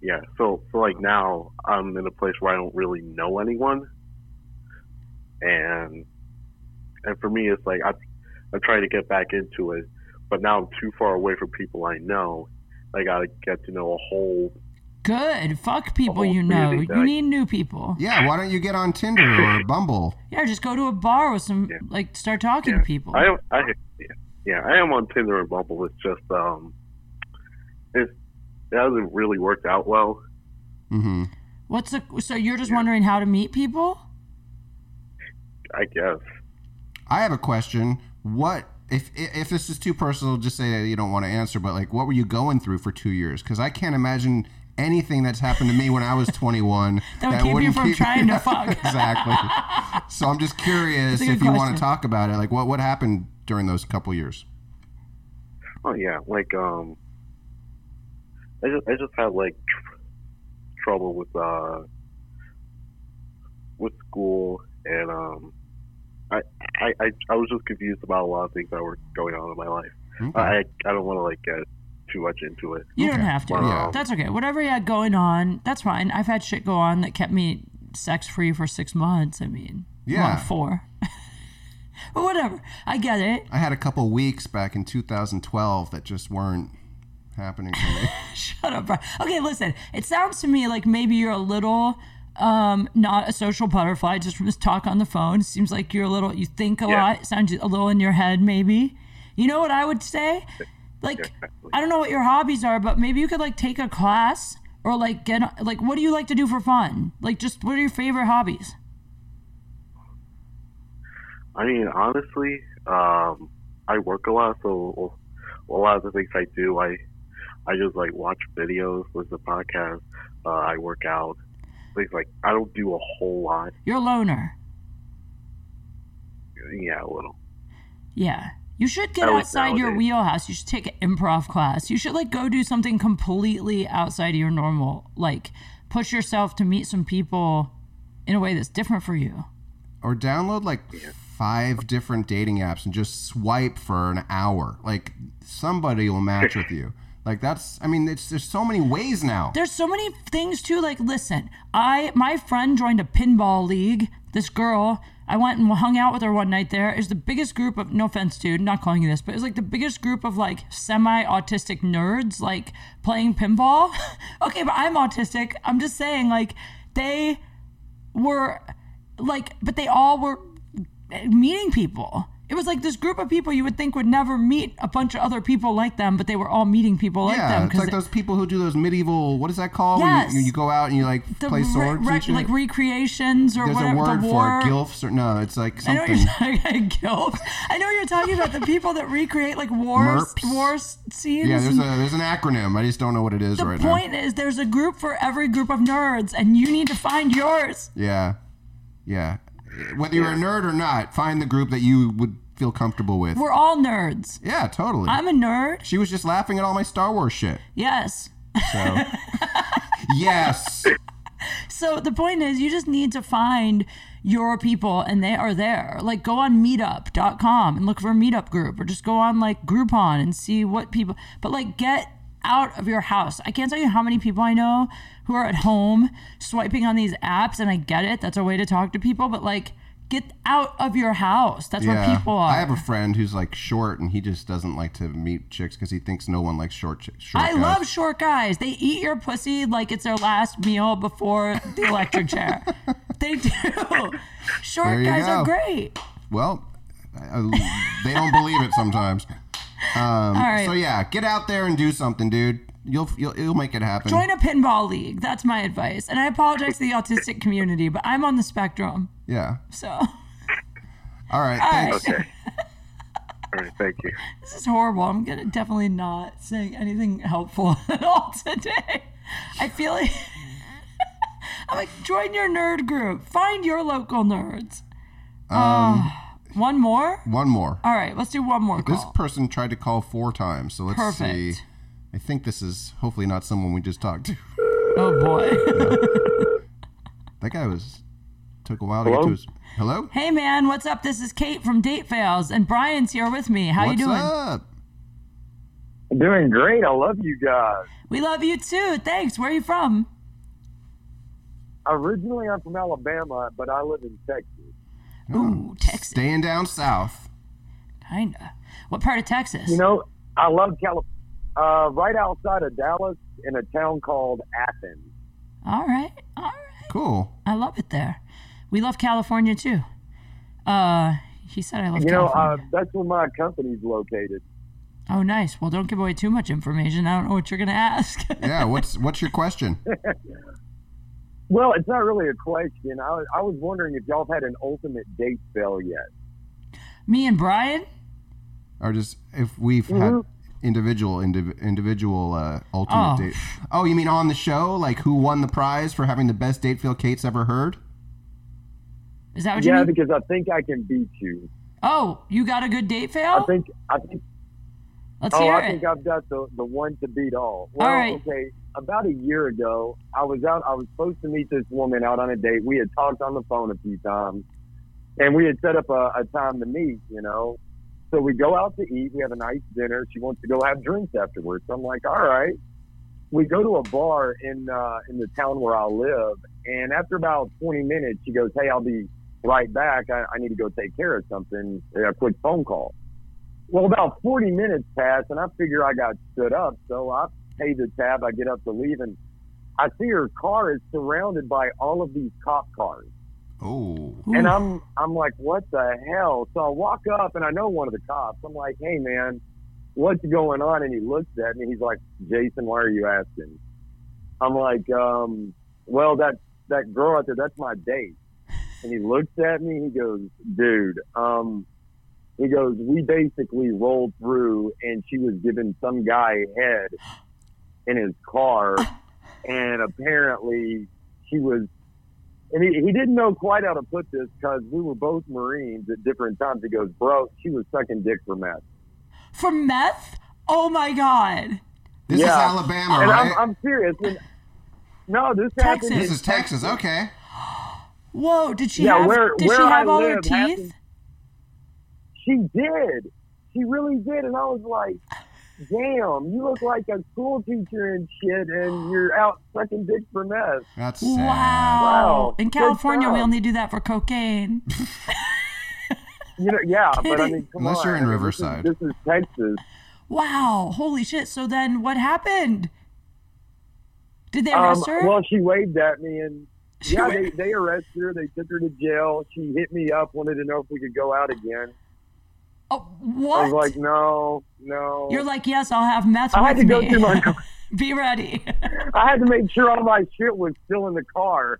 [SPEAKER 6] yeah so so like now i'm in a place where i don't really know anyone and and for me it's like i i'm trying to get back into it but now i'm too far away from people i know i gotta get to know a whole
[SPEAKER 1] Good. Fuck people
[SPEAKER 6] whole
[SPEAKER 1] you know.
[SPEAKER 6] community,
[SPEAKER 1] You
[SPEAKER 6] like-
[SPEAKER 1] need new people.
[SPEAKER 2] yeah. Why don't you get on Tinder or Bumble?
[SPEAKER 1] Yeah, just go to a bar with some,
[SPEAKER 6] Yeah.
[SPEAKER 1] like, start talking to people.
[SPEAKER 6] i don't- i yeah i am on tinder and bumble it's just um it, it hasn't really worked out well
[SPEAKER 2] Mm-hmm.
[SPEAKER 1] What's the, so you're just
[SPEAKER 6] Yeah.
[SPEAKER 1] wondering how to meet people?
[SPEAKER 6] i guess
[SPEAKER 2] I have a question. What if if this is too personal? Just say that you don't want to answer. But like, what were you going through for two years? Because I can't imagine anything that's happened to me when I was 21
[SPEAKER 1] That would keep you
[SPEAKER 2] wouldn't
[SPEAKER 1] from trying to fuck.
[SPEAKER 2] exactly. So I'm just curious
[SPEAKER 1] That's a
[SPEAKER 2] if
[SPEAKER 1] good
[SPEAKER 2] you want
[SPEAKER 1] question.
[SPEAKER 2] to talk about it. Like, what what happened during those couple years?
[SPEAKER 6] Oh yeah, like um, I just I just had like tr- trouble with uh with school and um, I, I I I was just confused about a lot of things that were going on in my life.
[SPEAKER 2] Okay.
[SPEAKER 6] I I don't want to like get too much into it.
[SPEAKER 1] You don't
[SPEAKER 2] Okay.
[SPEAKER 1] have to.
[SPEAKER 6] Wow.
[SPEAKER 1] That's okay. Whatever you had going on, that's fine. I've had shit go on that kept me sex free for six months. I mean, well,
[SPEAKER 2] Yeah.
[SPEAKER 1] four. but whatever. I get it.
[SPEAKER 2] I had a couple weeks back in 2012 that just weren't happening for me.
[SPEAKER 1] Shut up, bro. Okay, listen. It sounds to me like maybe you're a little um not a social butterfly just from this talk on the phone. It seems like you're a little you think a
[SPEAKER 6] Yeah.
[SPEAKER 1] lot, sounds a little in your head maybe. You know what I would say? Like I don't know what your hobbies are, but maybe you could like take a class or like get on- like what do you like to do for fun? Like just what are your favorite hobbies?
[SPEAKER 6] I mean, honestly, um, I work a lot, so a lot of the things I do, I I just like watch videos, listen to podcasts, uh, I work out, things like I don't do a whole lot.
[SPEAKER 1] You're a loner.
[SPEAKER 6] Yeah, a little.
[SPEAKER 1] Yeah. You should get
[SPEAKER 6] That was
[SPEAKER 1] outside your
[SPEAKER 6] nowadays.
[SPEAKER 1] wheelhouse. You should take an improv class. You should like go do something completely outside of your normal. Like push yourself to meet some people in a way that's different for you.
[SPEAKER 2] or download like five different dating apps and just swipe for an hour. Like somebody will match with you. Like that's I mean it's there's so many ways now.
[SPEAKER 1] there's so many things too. Like, listen, I my friend joined a pinball league. This girl, I went and hung out with her one night. There is the biggest group of no offense, dude, not calling you this, but it's like the biggest group of like semi-autistic nerds like playing pinball. okay, but I'm autistic. I'm just saying, like they were like, but they all were meeting people. It was like this group of people you would think would never meet a bunch of other people like them, but they were all meeting people like
[SPEAKER 2] yeah,
[SPEAKER 1] them
[SPEAKER 2] it's like
[SPEAKER 1] it-
[SPEAKER 2] those people who do those medieval what is that called?
[SPEAKER 1] Yes.
[SPEAKER 2] When you, you go out and you like
[SPEAKER 1] the
[SPEAKER 2] play
[SPEAKER 1] re-
[SPEAKER 2] swords
[SPEAKER 1] re-
[SPEAKER 2] and shit.
[SPEAKER 1] like recreations or
[SPEAKER 2] there's a
[SPEAKER 1] whatever
[SPEAKER 2] word
[SPEAKER 1] the
[SPEAKER 2] for
[SPEAKER 1] war.
[SPEAKER 2] it, gilfs or no, it's like
[SPEAKER 1] I know what you're
[SPEAKER 2] something.
[SPEAKER 1] talking about. I know what you're talking about the people that recreate like war
[SPEAKER 2] Merps.
[SPEAKER 1] war scenes.
[SPEAKER 2] Yeah, there's a
[SPEAKER 1] and-
[SPEAKER 2] there's an acronym. I just don't know what it is
[SPEAKER 1] the
[SPEAKER 2] right
[SPEAKER 1] point is there's a group for every group of nerds and you need to find yours.
[SPEAKER 2] now. Yeah. Yeah. Whether you're a nerd or not, find the group that you would feel comfortable with.
[SPEAKER 1] We're all nerds.
[SPEAKER 2] yeah, totally.
[SPEAKER 1] I'm a nerd.
[SPEAKER 2] she was just laughing at all my Star Wars shit.
[SPEAKER 1] Yes.
[SPEAKER 2] So yes,
[SPEAKER 1] So the point is, you just need to find your people, and they are there. Like, go on meetup.com and look for a meetup group, or just go on like Groupon and see what people, but like, get out of your house. I can't tell you how many people I know who are at home swiping on these apps, and I get it. That's a way to talk to people, but like, get out of your house. That's where
[SPEAKER 2] yeah.
[SPEAKER 1] people are.
[SPEAKER 2] I have a friend who's like short, and he just doesn't like to meet chicks because he thinks no one likes short chicks. Short
[SPEAKER 1] I
[SPEAKER 2] guys.
[SPEAKER 1] love short guys. They eat your pussy like it's their last meal before the electric chair. They do.
[SPEAKER 2] There
[SPEAKER 1] Short
[SPEAKER 2] you
[SPEAKER 1] guys are
[SPEAKER 2] go.
[SPEAKER 1] great.
[SPEAKER 2] Well, I, they don't believe it sometimes. Um,
[SPEAKER 1] All right.
[SPEAKER 2] So yeah, get out there and do something, dude. You'll you'll, you'll make it happen.
[SPEAKER 1] Join a pinball league. That's my advice. And I apologize to the autistic community, but I'm on the spectrum.
[SPEAKER 2] yeah.
[SPEAKER 1] So
[SPEAKER 2] All right.
[SPEAKER 1] right.
[SPEAKER 2] thanks.
[SPEAKER 6] Okay. All right, thank you.
[SPEAKER 1] this is horrible. I'm gonna definitely not saying anything helpful at all today. I feel like I'm like join your nerd group. Find your local nerds. Uh, one more.
[SPEAKER 2] One more.
[SPEAKER 1] All right, let's do one more
[SPEAKER 2] This
[SPEAKER 1] call.
[SPEAKER 2] person tried to call four times, so let's see.
[SPEAKER 1] Perfect.
[SPEAKER 2] I think this is hopefully not someone we just talked to.
[SPEAKER 1] Oh boy.
[SPEAKER 2] That guy was took a while to get
[SPEAKER 6] Hello?
[SPEAKER 2] to his. Hello.
[SPEAKER 1] hey man, what's up? This is Kate from Date Fails, and Brian's here with me. How
[SPEAKER 2] What's
[SPEAKER 1] you doing?
[SPEAKER 2] up?
[SPEAKER 6] Doing great. I love you guys.
[SPEAKER 1] We love you too. Thanks. Where are you from?
[SPEAKER 6] Originally, I'm from Alabama, but I live in Texas.
[SPEAKER 1] Ooh, Texas.
[SPEAKER 2] Staying down south.
[SPEAKER 1] Kinda. What part of Texas?
[SPEAKER 6] You know, I love California. Uh, right outside of Dallas, in a town called Athens.
[SPEAKER 1] all right, all right.
[SPEAKER 2] Cool.
[SPEAKER 1] I love it there. We love California too. Uh, he said I love
[SPEAKER 6] You know, uh,
[SPEAKER 1] California.
[SPEAKER 6] that's where my company's located.
[SPEAKER 1] oh, nice. Well, don't give away too much information. I don't know what you're gonna ask.
[SPEAKER 2] Yeah. What's what's your question?
[SPEAKER 6] Well, it's not really a question. I, was- I was wondering if y'all have had an ultimate date fail yet.
[SPEAKER 1] me and Brian.
[SPEAKER 2] Or just if we've had
[SPEAKER 6] Mhm.
[SPEAKER 5] Mm-hmm.
[SPEAKER 2] individual indiv- individual uh, ultimate
[SPEAKER 1] Oh.
[SPEAKER 2] date? Oh, you mean on the show? Like who won the prize for having the best date Phil Kate's ever heard?
[SPEAKER 1] Is that what
[SPEAKER 6] yeah,
[SPEAKER 1] you mean?
[SPEAKER 6] because I think I can beat you.
[SPEAKER 1] Oh, you got a good date
[SPEAKER 6] I
[SPEAKER 1] fail?
[SPEAKER 6] think I think
[SPEAKER 1] Oh. Let's
[SPEAKER 6] oh,
[SPEAKER 1] hear
[SPEAKER 6] I
[SPEAKER 1] it.
[SPEAKER 6] think I've got the, the one to beat all. Well,
[SPEAKER 1] right.
[SPEAKER 6] okay. About a year ago, I was out. I was supposed to meet this woman out on a date. We had talked on the phone a few times, and we had set up a, a time to meet. You know, so we go out to eat. We have a nice dinner. She wants to go have drinks afterwards. So I'm like, all right. We go to a bar in uh, in the town where I live, and after about 20 minutes, she goes, "Hey, I'll be right back. I, I need to go take care of something. A quick phone call." Well, about 40 minutes pass, and I figure I got stood up. So I pay the tab. I get up to leave, and I see her car is surrounded by all of these cop cars.
[SPEAKER 2] Oh,
[SPEAKER 6] And
[SPEAKER 1] Ooh.
[SPEAKER 6] I'm I'm like, what the hell? So I walk up, and I know one of the cops. I'm like, hey, man, what's going on? And he looks at me. He's like, Jason, why are you asking? I'm like, um, well, that that girl out there, that's my date. And he looks at me. He goes, dude. Um, he goes, we basically rolled through, and she was giving some guy head in his car, and apparently she was
[SPEAKER 5] and he, he didn't know quite how to put this because we were both Marines at different times. He goes, "Bro, she was sucking dick for meth."
[SPEAKER 1] For meth? Oh my god.
[SPEAKER 2] This is
[SPEAKER 5] Yeah.
[SPEAKER 2] Alabama,
[SPEAKER 5] and
[SPEAKER 2] right?
[SPEAKER 5] I'm, I'm serious. And, no, this happened.
[SPEAKER 1] Texas.
[SPEAKER 2] this is Texas. Okay.
[SPEAKER 1] Whoa, did she
[SPEAKER 5] Yeah,
[SPEAKER 1] have
[SPEAKER 5] where-
[SPEAKER 1] did
[SPEAKER 5] where
[SPEAKER 1] she
[SPEAKER 5] I
[SPEAKER 1] have all her
[SPEAKER 5] live has
[SPEAKER 1] teeth?
[SPEAKER 5] She did. She really did. And I was like, "Damn, you look like a school teacher and shit, and you're out sucking dick for meth."
[SPEAKER 2] That's
[SPEAKER 1] Wow.
[SPEAKER 2] sad.
[SPEAKER 5] Wow.
[SPEAKER 1] In
[SPEAKER 5] Good
[SPEAKER 1] California, we
[SPEAKER 5] job.
[SPEAKER 1] only do that for cocaine.
[SPEAKER 5] You know, yeah, but I
[SPEAKER 1] Kidding.
[SPEAKER 5] mean, come
[SPEAKER 2] Unless
[SPEAKER 5] on.
[SPEAKER 2] you're in
[SPEAKER 5] I mean, this is-
[SPEAKER 2] Riverside.
[SPEAKER 5] This is, Texas.
[SPEAKER 1] Wow. Holy shit. So then what happened? Did they
[SPEAKER 5] Um,
[SPEAKER 1] arrest her?
[SPEAKER 5] well, she waved at me, and
[SPEAKER 1] She
[SPEAKER 5] yeah,
[SPEAKER 1] wa-
[SPEAKER 5] they, they arrested her. They took her to jail. She hit me up, wanted to know if we could go out again.
[SPEAKER 1] oh,
[SPEAKER 5] I
[SPEAKER 1] what?
[SPEAKER 5] was like, no, no.
[SPEAKER 1] You're like, yes, I'll have meth
[SPEAKER 5] I
[SPEAKER 1] with
[SPEAKER 5] had to go
[SPEAKER 1] me.
[SPEAKER 5] through my.
[SPEAKER 1] Be ready.
[SPEAKER 5] I had to make sure all my shit was still in the car.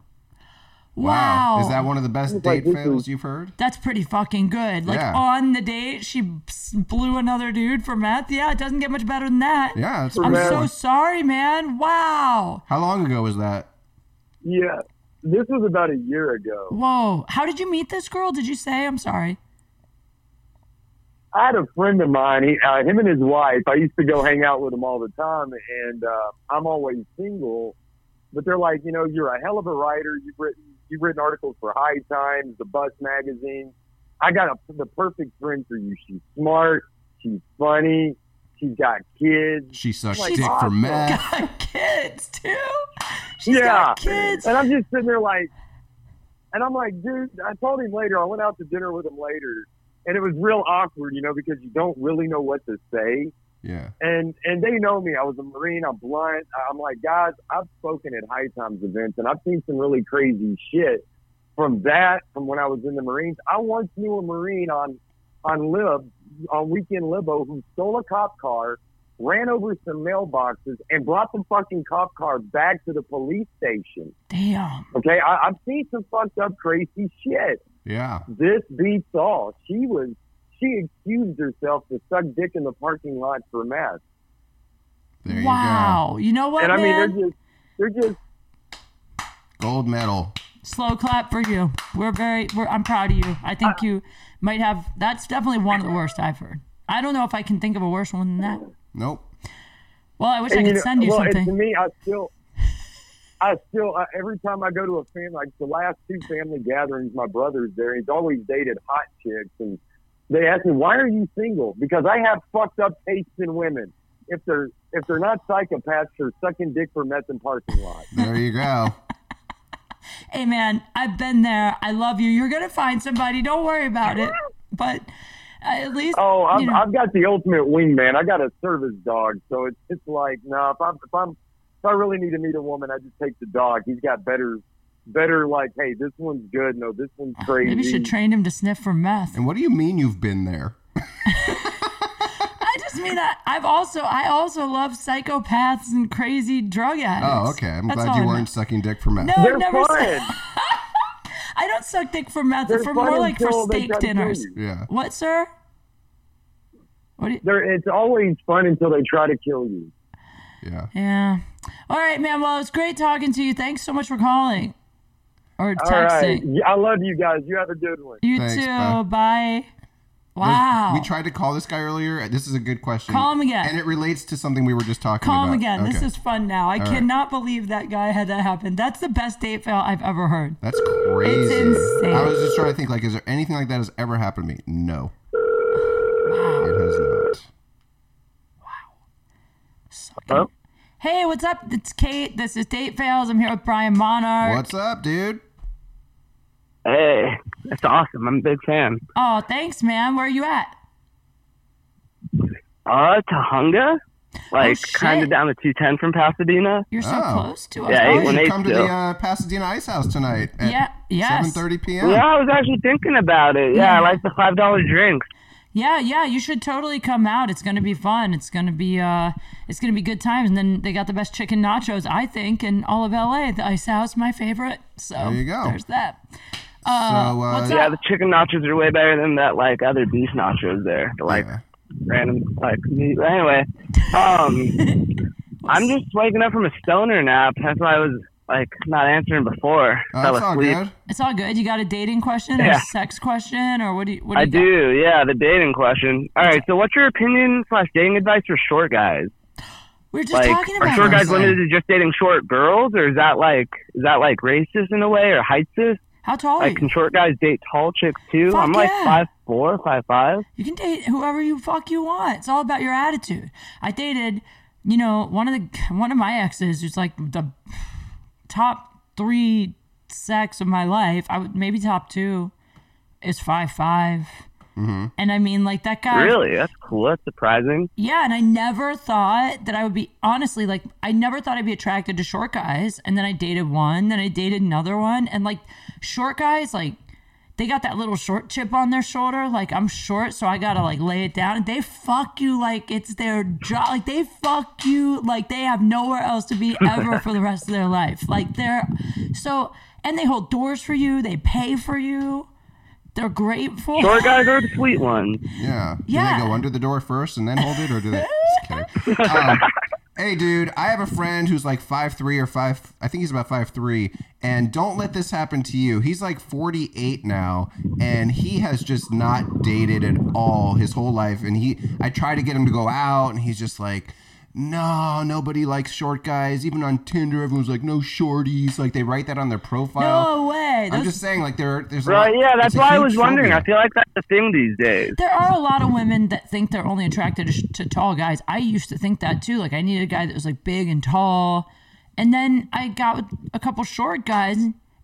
[SPEAKER 1] wow.
[SPEAKER 2] Is that one of the best
[SPEAKER 5] It's like
[SPEAKER 2] date
[SPEAKER 5] this
[SPEAKER 2] fails
[SPEAKER 5] is-
[SPEAKER 2] you've heard?
[SPEAKER 1] That's pretty fucking good. Like
[SPEAKER 2] Yeah.
[SPEAKER 1] on the date, she s- blew another dude for meth. Yeah, it doesn't get much better than that.
[SPEAKER 2] Yeah. That's
[SPEAKER 1] I'm
[SPEAKER 2] pretty
[SPEAKER 1] so
[SPEAKER 2] cool.
[SPEAKER 1] sorry, man. Wow.
[SPEAKER 2] How long ago was that?
[SPEAKER 5] Yeah, this was about a year ago.
[SPEAKER 1] Whoa. How did you meet this girl? Did you say? I'm sorry.
[SPEAKER 5] I had a friend of mine. He, uh, him and his wife. I used to go hang out with them all the time, and uh, I'm always single. But they're like, you know, you're a hell of a writer. You've written you've written articles for High Times, The Bus Magazine. I got a, the perfect friend for you. She's smart. She's funny. She's got kids.
[SPEAKER 2] She sucked
[SPEAKER 5] She's
[SPEAKER 2] dick for
[SPEAKER 5] awesome.
[SPEAKER 2] meth.
[SPEAKER 1] Got kids too. She's
[SPEAKER 5] yeah.
[SPEAKER 1] got kids.
[SPEAKER 5] And I'm just sitting there like, and I'm like, dude, I told him later, I went out to dinner with him later. And it was real awkward, you know, because you don't really know what to say.
[SPEAKER 2] Yeah.
[SPEAKER 5] And and they know me. I was a Marine. I'm blunt. I'm like, guys, I've spoken at high times events, and I've seen some really crazy shit from that. From when I was in the Marines, I once knew a Marine on on lib on weekend libo who stole a cop car, ran over some mailboxes, and brought the fucking cop car back to the police station.
[SPEAKER 1] Damn.
[SPEAKER 5] Okay, I, I've seen some fucked up crazy shit.
[SPEAKER 2] Yeah.
[SPEAKER 5] This beats all. She was she excused herself to suck dick in the parking lot for meth.
[SPEAKER 2] There you
[SPEAKER 1] wow. You, know what,
[SPEAKER 5] and I mean,
[SPEAKER 1] man?
[SPEAKER 5] they're just, they're just,
[SPEAKER 2] go. Gold medal.
[SPEAKER 1] Slow clap for you. We're very. We're, I'm proud of you. I think you might have. That's definitely one of the worst I've heard. I don't know if I can think of a worse one than that.
[SPEAKER 2] Nope.
[SPEAKER 1] Well, I wish I
[SPEAKER 5] and,
[SPEAKER 1] could
[SPEAKER 5] you know,
[SPEAKER 1] send you
[SPEAKER 5] well, and
[SPEAKER 1] something.
[SPEAKER 5] to me, I still, I still, I, every time I go to a family, like the last two family gatherings, my brother's there. He's always dated hot chicks, and they ask me, "Why are you single?" Because I have fucked up tastes in women. If they're if they're not psychopaths, they're sucking dick for meth in parking lots.
[SPEAKER 2] There you go.
[SPEAKER 1] hey man i've been there i love you you're gonna find somebody don't worry about it but uh, at least
[SPEAKER 5] Oh, I'm,
[SPEAKER 1] you know,
[SPEAKER 5] I've got the ultimate wingman. I got a service dog, so it's it's like no. Nah, if I'm if I'm if I really need to meet a woman, I just take the dog. He's got better better like hey, this one's good. No, this one's crazy.
[SPEAKER 1] maybe you should train him to sniff for meth
[SPEAKER 2] and what do you mean you've been there?
[SPEAKER 1] i just mean that i've also i also love psychopaths and crazy drug addicts
[SPEAKER 2] Oh, okay. I'm
[SPEAKER 1] That's all
[SPEAKER 2] glad you
[SPEAKER 1] I
[SPEAKER 2] weren't
[SPEAKER 1] meant.
[SPEAKER 2] sucking dick for meth.
[SPEAKER 1] no
[SPEAKER 5] They're
[SPEAKER 1] I've never
[SPEAKER 5] fun.
[SPEAKER 1] i don't suck dick for meth
[SPEAKER 5] They're
[SPEAKER 1] for
[SPEAKER 5] fun
[SPEAKER 1] more like for
[SPEAKER 5] until they
[SPEAKER 1] steak
[SPEAKER 5] try to kill
[SPEAKER 1] dinners
[SPEAKER 5] you.
[SPEAKER 2] Yeah.
[SPEAKER 1] what sir what do you,
[SPEAKER 5] They're, it's always fun until they try to kill you.
[SPEAKER 2] Yeah.
[SPEAKER 1] yeah all right man well it was great talking to you thanks so much for calling or texting
[SPEAKER 5] All right, Yeah, I love you guys. You have a good one.
[SPEAKER 1] You
[SPEAKER 2] Thanks,
[SPEAKER 1] too.
[SPEAKER 2] bye.
[SPEAKER 1] Bye.
[SPEAKER 2] There's-
[SPEAKER 1] Wow.
[SPEAKER 2] We tried to call this guy earlier. This is a good question.
[SPEAKER 1] Call him again.
[SPEAKER 2] And it relates to something we were just talking
[SPEAKER 1] Call him
[SPEAKER 2] about.
[SPEAKER 1] again. This
[SPEAKER 2] Okay.
[SPEAKER 1] is fun now. I
[SPEAKER 2] right.
[SPEAKER 1] cannot believe that guy had that happen. That's the best date fail I've ever heard.
[SPEAKER 2] That's crazy.
[SPEAKER 1] insane.
[SPEAKER 2] I was just trying to think, like, is there anything like that has ever happened to me? No. It has not.
[SPEAKER 1] Suck it. Hey, what's up? It's Kate. This is Date Fails. I'm here with Brian Monarch.
[SPEAKER 2] What's up, dude?
[SPEAKER 7] Hey, that's awesome. I'm a big fan.
[SPEAKER 1] Oh, thanks, man. Where are you at?
[SPEAKER 7] Uh, Tahunga? Like,
[SPEAKER 1] shit.
[SPEAKER 7] kind of down to 210 from Pasadena?
[SPEAKER 1] You're so
[SPEAKER 2] Oh.
[SPEAKER 1] close to us.
[SPEAKER 7] Yeah,
[SPEAKER 1] Oh,
[SPEAKER 7] eight
[SPEAKER 2] You
[SPEAKER 7] one
[SPEAKER 2] should
[SPEAKER 7] eight
[SPEAKER 2] come to
[SPEAKER 7] still.
[SPEAKER 2] the uh, Pasadena Ice House tonight at
[SPEAKER 1] yeah. Yes.
[SPEAKER 2] 7.30 p.m.
[SPEAKER 7] Yeah, I was actually thinking about it. Yeah, I like the $5 drinks.
[SPEAKER 1] Yeah, yeah. You should totally come out. It's gonna be fun. It's gonna be uh, it's gonna be good times. And then they got the best chicken nachos, I think, in all of LA. The Ice House, my favorite. So
[SPEAKER 2] There you go.
[SPEAKER 1] There's that.
[SPEAKER 2] So, uh,
[SPEAKER 1] what's
[SPEAKER 7] Yeah,
[SPEAKER 1] up?
[SPEAKER 7] the chicken nachos are way better than that, like, other beef nachos there. The, like,
[SPEAKER 2] yeah. Uh,
[SPEAKER 7] random, like, meat. Anyway, um, I'm just waking up from a stoner nap. That's why I was like not answering before.
[SPEAKER 2] Oh,
[SPEAKER 7] I
[SPEAKER 2] that's
[SPEAKER 7] was
[SPEAKER 2] all
[SPEAKER 7] asleep.
[SPEAKER 2] good.
[SPEAKER 1] It's all good. You got a dating question or
[SPEAKER 7] Yeah.
[SPEAKER 1] a sex question or what do you? What do
[SPEAKER 7] I
[SPEAKER 1] you got?
[SPEAKER 7] do, yeah, the dating question. All right, so what's your opinion slash dating advice for short guys?
[SPEAKER 1] We We're just
[SPEAKER 7] Like,
[SPEAKER 1] talking
[SPEAKER 7] are
[SPEAKER 1] about
[SPEAKER 7] short
[SPEAKER 1] this.
[SPEAKER 7] guys limited to just dating short girls, or is that like is that like racist in a way or heightsist?
[SPEAKER 1] How tall are
[SPEAKER 7] Like,
[SPEAKER 1] you?
[SPEAKER 7] can short guys date tall chicks too?
[SPEAKER 1] Fuck
[SPEAKER 7] I'm like
[SPEAKER 1] yeah.
[SPEAKER 7] five four, five five.
[SPEAKER 1] You can date whoever you fuck you want. It's all about your attitude. I dated, you know, one of the one of my exes who's like the top three sex of my life. I would maybe top two is five and I mean like that guy.
[SPEAKER 7] Really, that's cool. That's surprising.
[SPEAKER 1] Yeah, and I never thought that I would be honestly like I never thought I'd be attracted to short guys, and then I dated one, then I dated another one, and like short guys like they got that little short chip on their shoulder, like I'm short, so I gotta like lay it down. And they fuck you like it's their job, like they fuck you like they have nowhere else to be ever for the rest of their life. Like they're so, and they hold doors for you, they pay for you, they're grateful.
[SPEAKER 7] Short guys are the sweet ones.
[SPEAKER 2] Yeah.
[SPEAKER 1] Yeah.
[SPEAKER 2] Do they go under the door first and then hold it, or do they? Just kidding. Um, hey, dude, I have a friend who's like five three or five. I think he's about five three. And don't let this happen to you. He's like forty eight now, and he has just not dated at all his whole life. And he, I try to get him to go out, and he's just like. No, nobody likes short guys. Even on Tinder, everyone's like, "No shorties." Like they write that on their profile.
[SPEAKER 1] No way.
[SPEAKER 2] I'm
[SPEAKER 1] Those-
[SPEAKER 2] just saying, like there, there's a
[SPEAKER 7] Right,
[SPEAKER 2] lot-
[SPEAKER 7] yeah, that's
[SPEAKER 2] it's a
[SPEAKER 7] why I
[SPEAKER 2] huge
[SPEAKER 7] was wondering.
[SPEAKER 2] phobia.
[SPEAKER 7] I feel like that's the thing these days.
[SPEAKER 1] there are a lot of women that think they're only attracted to, to tall guys. I used to think that too. Like I needed a guy that was like big and tall, and then I got with a couple short guys,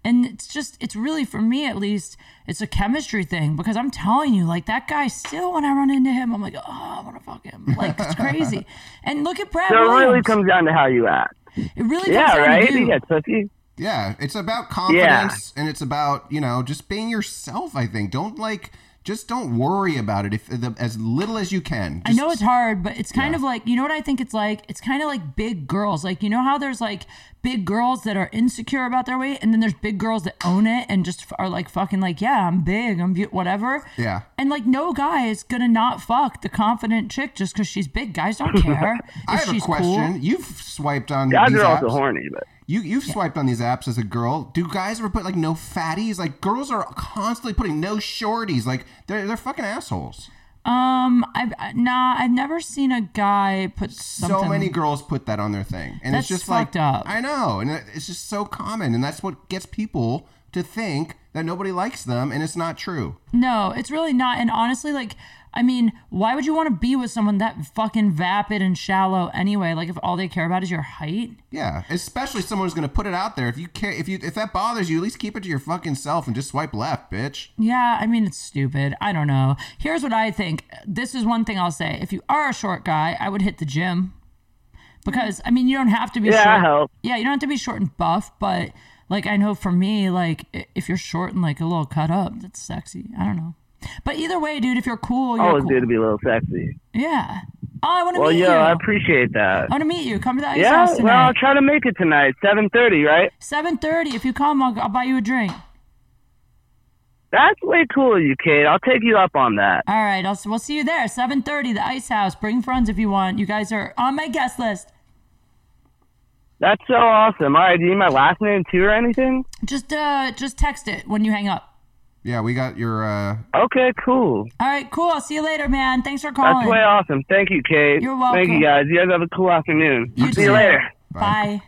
[SPEAKER 1] and it's just it's really for me at least it's a chemistry thing because I'm telling you like that guy still when I run into him I'm like oh I want to fuck him like it's crazy. and look at Brad.
[SPEAKER 7] So it really
[SPEAKER 1] Williams.
[SPEAKER 7] comes down to how you act.
[SPEAKER 1] it really comes
[SPEAKER 7] Yeah,
[SPEAKER 1] down to
[SPEAKER 7] right?
[SPEAKER 1] you.
[SPEAKER 7] Yeah, Tuffy.
[SPEAKER 2] Yeah, it's about confidence and it's about, you know, just being yourself, I think. Don't like just don't worry about it if the, as little as you can.
[SPEAKER 1] I
[SPEAKER 2] Just-
[SPEAKER 1] know it's hard, but it's kind of like you know what I think it's like. It's kind of like big girls. Like you know how there's like big girls that are insecure about their weight, and then there's big girls that own it and just f- are like fucking like yeah, I'm big, I'm bu- whatever.
[SPEAKER 2] Yeah.
[SPEAKER 1] And like no guy is gonna not fuck the confident chick just because she's big. Guys don't care.
[SPEAKER 2] I
[SPEAKER 1] if
[SPEAKER 2] have a
[SPEAKER 1] she's
[SPEAKER 2] question.
[SPEAKER 1] Cool.
[SPEAKER 2] You've swiped on
[SPEAKER 7] Guys
[SPEAKER 2] these
[SPEAKER 7] are also
[SPEAKER 2] apps.
[SPEAKER 7] horny, but
[SPEAKER 2] You you've swiped on these apps as a girl. Do guys ever put like no fatties? Like girls are constantly putting no shorties. Like they're they're fucking assholes.
[SPEAKER 1] Um, I've I- nah, I've never seen a guy put something.
[SPEAKER 2] So many girls put that on their thing, and it's
[SPEAKER 1] That's
[SPEAKER 2] just like
[SPEAKER 1] fucked up.
[SPEAKER 2] I know, and it- it's just so common, and that's what gets people to think that nobody likes them, and it's not true.
[SPEAKER 1] No, it's really not. And honestly, like, I mean, why would you want to be with someone that fucking vapid and shallow anyway? Like, if all they care about is your height?
[SPEAKER 2] Yeah, especially if someone's gonna put it out there. If you care, if you if that bothers you, at least keep it to your fucking self and just swipe left, bitch.
[SPEAKER 1] Yeah, I mean, it's stupid. I don't know. Here's what I think. This is one thing I'll say. If you are a short guy, I would hit the gym. Because, I mean, you don't have to be
[SPEAKER 7] yeah,
[SPEAKER 1] short.
[SPEAKER 7] I help.
[SPEAKER 1] Yeah, you don't have to be short and buff, but, like, I know for me, like, i- if you're short and, like, a little cut up, that's sexy. I don't know. But either way, dude, if you're cool, you're
[SPEAKER 7] Always
[SPEAKER 1] cool.
[SPEAKER 7] good to be a little sexy.
[SPEAKER 1] Yeah. Oh, I want to
[SPEAKER 7] Oh, Well,
[SPEAKER 1] meet
[SPEAKER 7] yo,
[SPEAKER 1] you.
[SPEAKER 7] I appreciate that.
[SPEAKER 1] I want to meet you. Come to the ice
[SPEAKER 7] Yeah,
[SPEAKER 1] house
[SPEAKER 7] well,
[SPEAKER 1] tonight.
[SPEAKER 7] I'll try to make it tonight. Seven thirty, right?
[SPEAKER 1] Seven thirty. If you come, I'll, I'll buy you a drink.
[SPEAKER 7] That's way cool of you, Kate. I'll take you up on that.
[SPEAKER 1] All right. I'll, we'll see you there. Seven thirty. The Ice House. Bring friends if you want. You guys are on my guest list.
[SPEAKER 7] That's so awesome. All right, do you need my last name too or anything?
[SPEAKER 1] Just uh, just text it when you hang up.
[SPEAKER 2] Yeah, we got your. uh
[SPEAKER 7] Okay, cool.
[SPEAKER 1] All right. Cool. I'll see you later, man. Thanks for
[SPEAKER 7] That's
[SPEAKER 1] calling.
[SPEAKER 7] way awesome. Thank you, Kate.
[SPEAKER 1] You're
[SPEAKER 7] Thank
[SPEAKER 1] welcome.
[SPEAKER 7] you guys. You guys have a cool afternoon.
[SPEAKER 1] You
[SPEAKER 7] see you
[SPEAKER 1] too.
[SPEAKER 7] later.
[SPEAKER 1] Bye.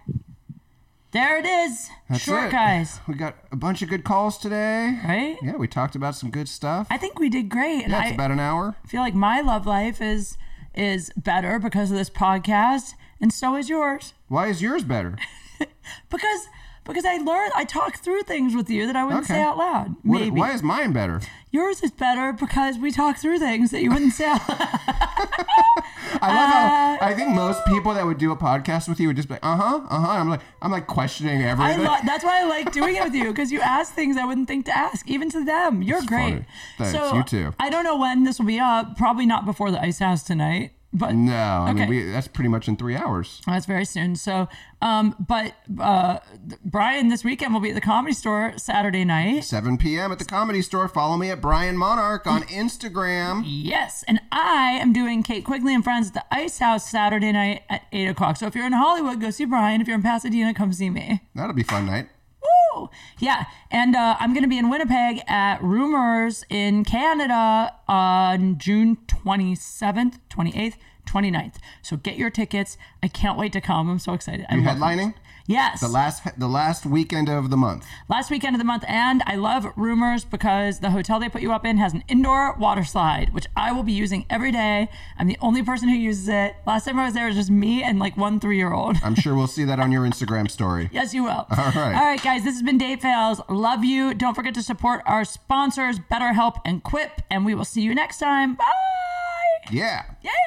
[SPEAKER 1] There it is.
[SPEAKER 2] That's
[SPEAKER 1] Short
[SPEAKER 2] it.
[SPEAKER 1] guys.
[SPEAKER 2] We got a bunch of good calls today.
[SPEAKER 1] Right.
[SPEAKER 2] Yeah, we talked about some good stuff.
[SPEAKER 1] I think we did great. and
[SPEAKER 2] yeah, it's
[SPEAKER 1] I-
[SPEAKER 2] about an hour.
[SPEAKER 1] feel like my love life is is better because of this podcast, and so is yours.
[SPEAKER 2] Why is yours better?
[SPEAKER 1] Because because I learned I talk through things with you that I wouldn't
[SPEAKER 2] Okay.
[SPEAKER 1] say out loud.
[SPEAKER 2] What-
[SPEAKER 1] Maybe
[SPEAKER 2] why is mine better?
[SPEAKER 1] yours is better because we talk through things that you wouldn't say out loud.
[SPEAKER 2] I love how
[SPEAKER 1] Uh,
[SPEAKER 2] I think most people that would do a podcast with you would just be like, uh huh, uh huh. I'm like, I'm like questioning
[SPEAKER 1] I
[SPEAKER 2] everything.
[SPEAKER 1] lo- that's why I like doing it with you because you ask things I wouldn't think to ask, even to them. You're great.
[SPEAKER 2] funny. Thanks,
[SPEAKER 1] So
[SPEAKER 2] you too.
[SPEAKER 1] I don't know when this will be up. Probably not before the Ice House tonight. But
[SPEAKER 2] No, I mean
[SPEAKER 1] Okay.
[SPEAKER 2] we, that's pretty much in three hours.
[SPEAKER 1] That's very soon. So, um, but uh, th- Brian, this weekend will be at the Comedy Store Saturday night.
[SPEAKER 2] 7 p.m. at the Comedy Store. Follow me at Brian Monarch on Instagram.
[SPEAKER 1] Yes, and I am doing Kate Quigley and Friends at the Ice House Saturday night at eight o'clock. So if you're in Hollywood, go see Brian. If you're in Pasadena, come see me.
[SPEAKER 2] That'll be a fun night.
[SPEAKER 1] Woo! Yeah, and uh, I'm going to be in Winnipeg at Rumors in Canada on June 27th, 28th, 29th. So get your tickets. I can't wait to come. I'm so excited. I
[SPEAKER 2] You
[SPEAKER 1] love
[SPEAKER 2] headlining
[SPEAKER 1] Yes.
[SPEAKER 2] the last the last weekend of the month.
[SPEAKER 1] last weekend of the month. And I love rumors because the hotel they put you up in has an indoor water slide, which I will be using every day. I'm the only person who uses it. Last time I was there, it was just me and like one three year old.
[SPEAKER 2] I'm sure we'll see that on your Instagram story.
[SPEAKER 1] Yes, you will. All
[SPEAKER 2] right.
[SPEAKER 1] All right, guys, this has been Date Fails. Love you. Don't forget to support our sponsors, BetterHelp and Quip. And we will see you next time. Bye.
[SPEAKER 2] Yeah.
[SPEAKER 1] Yay.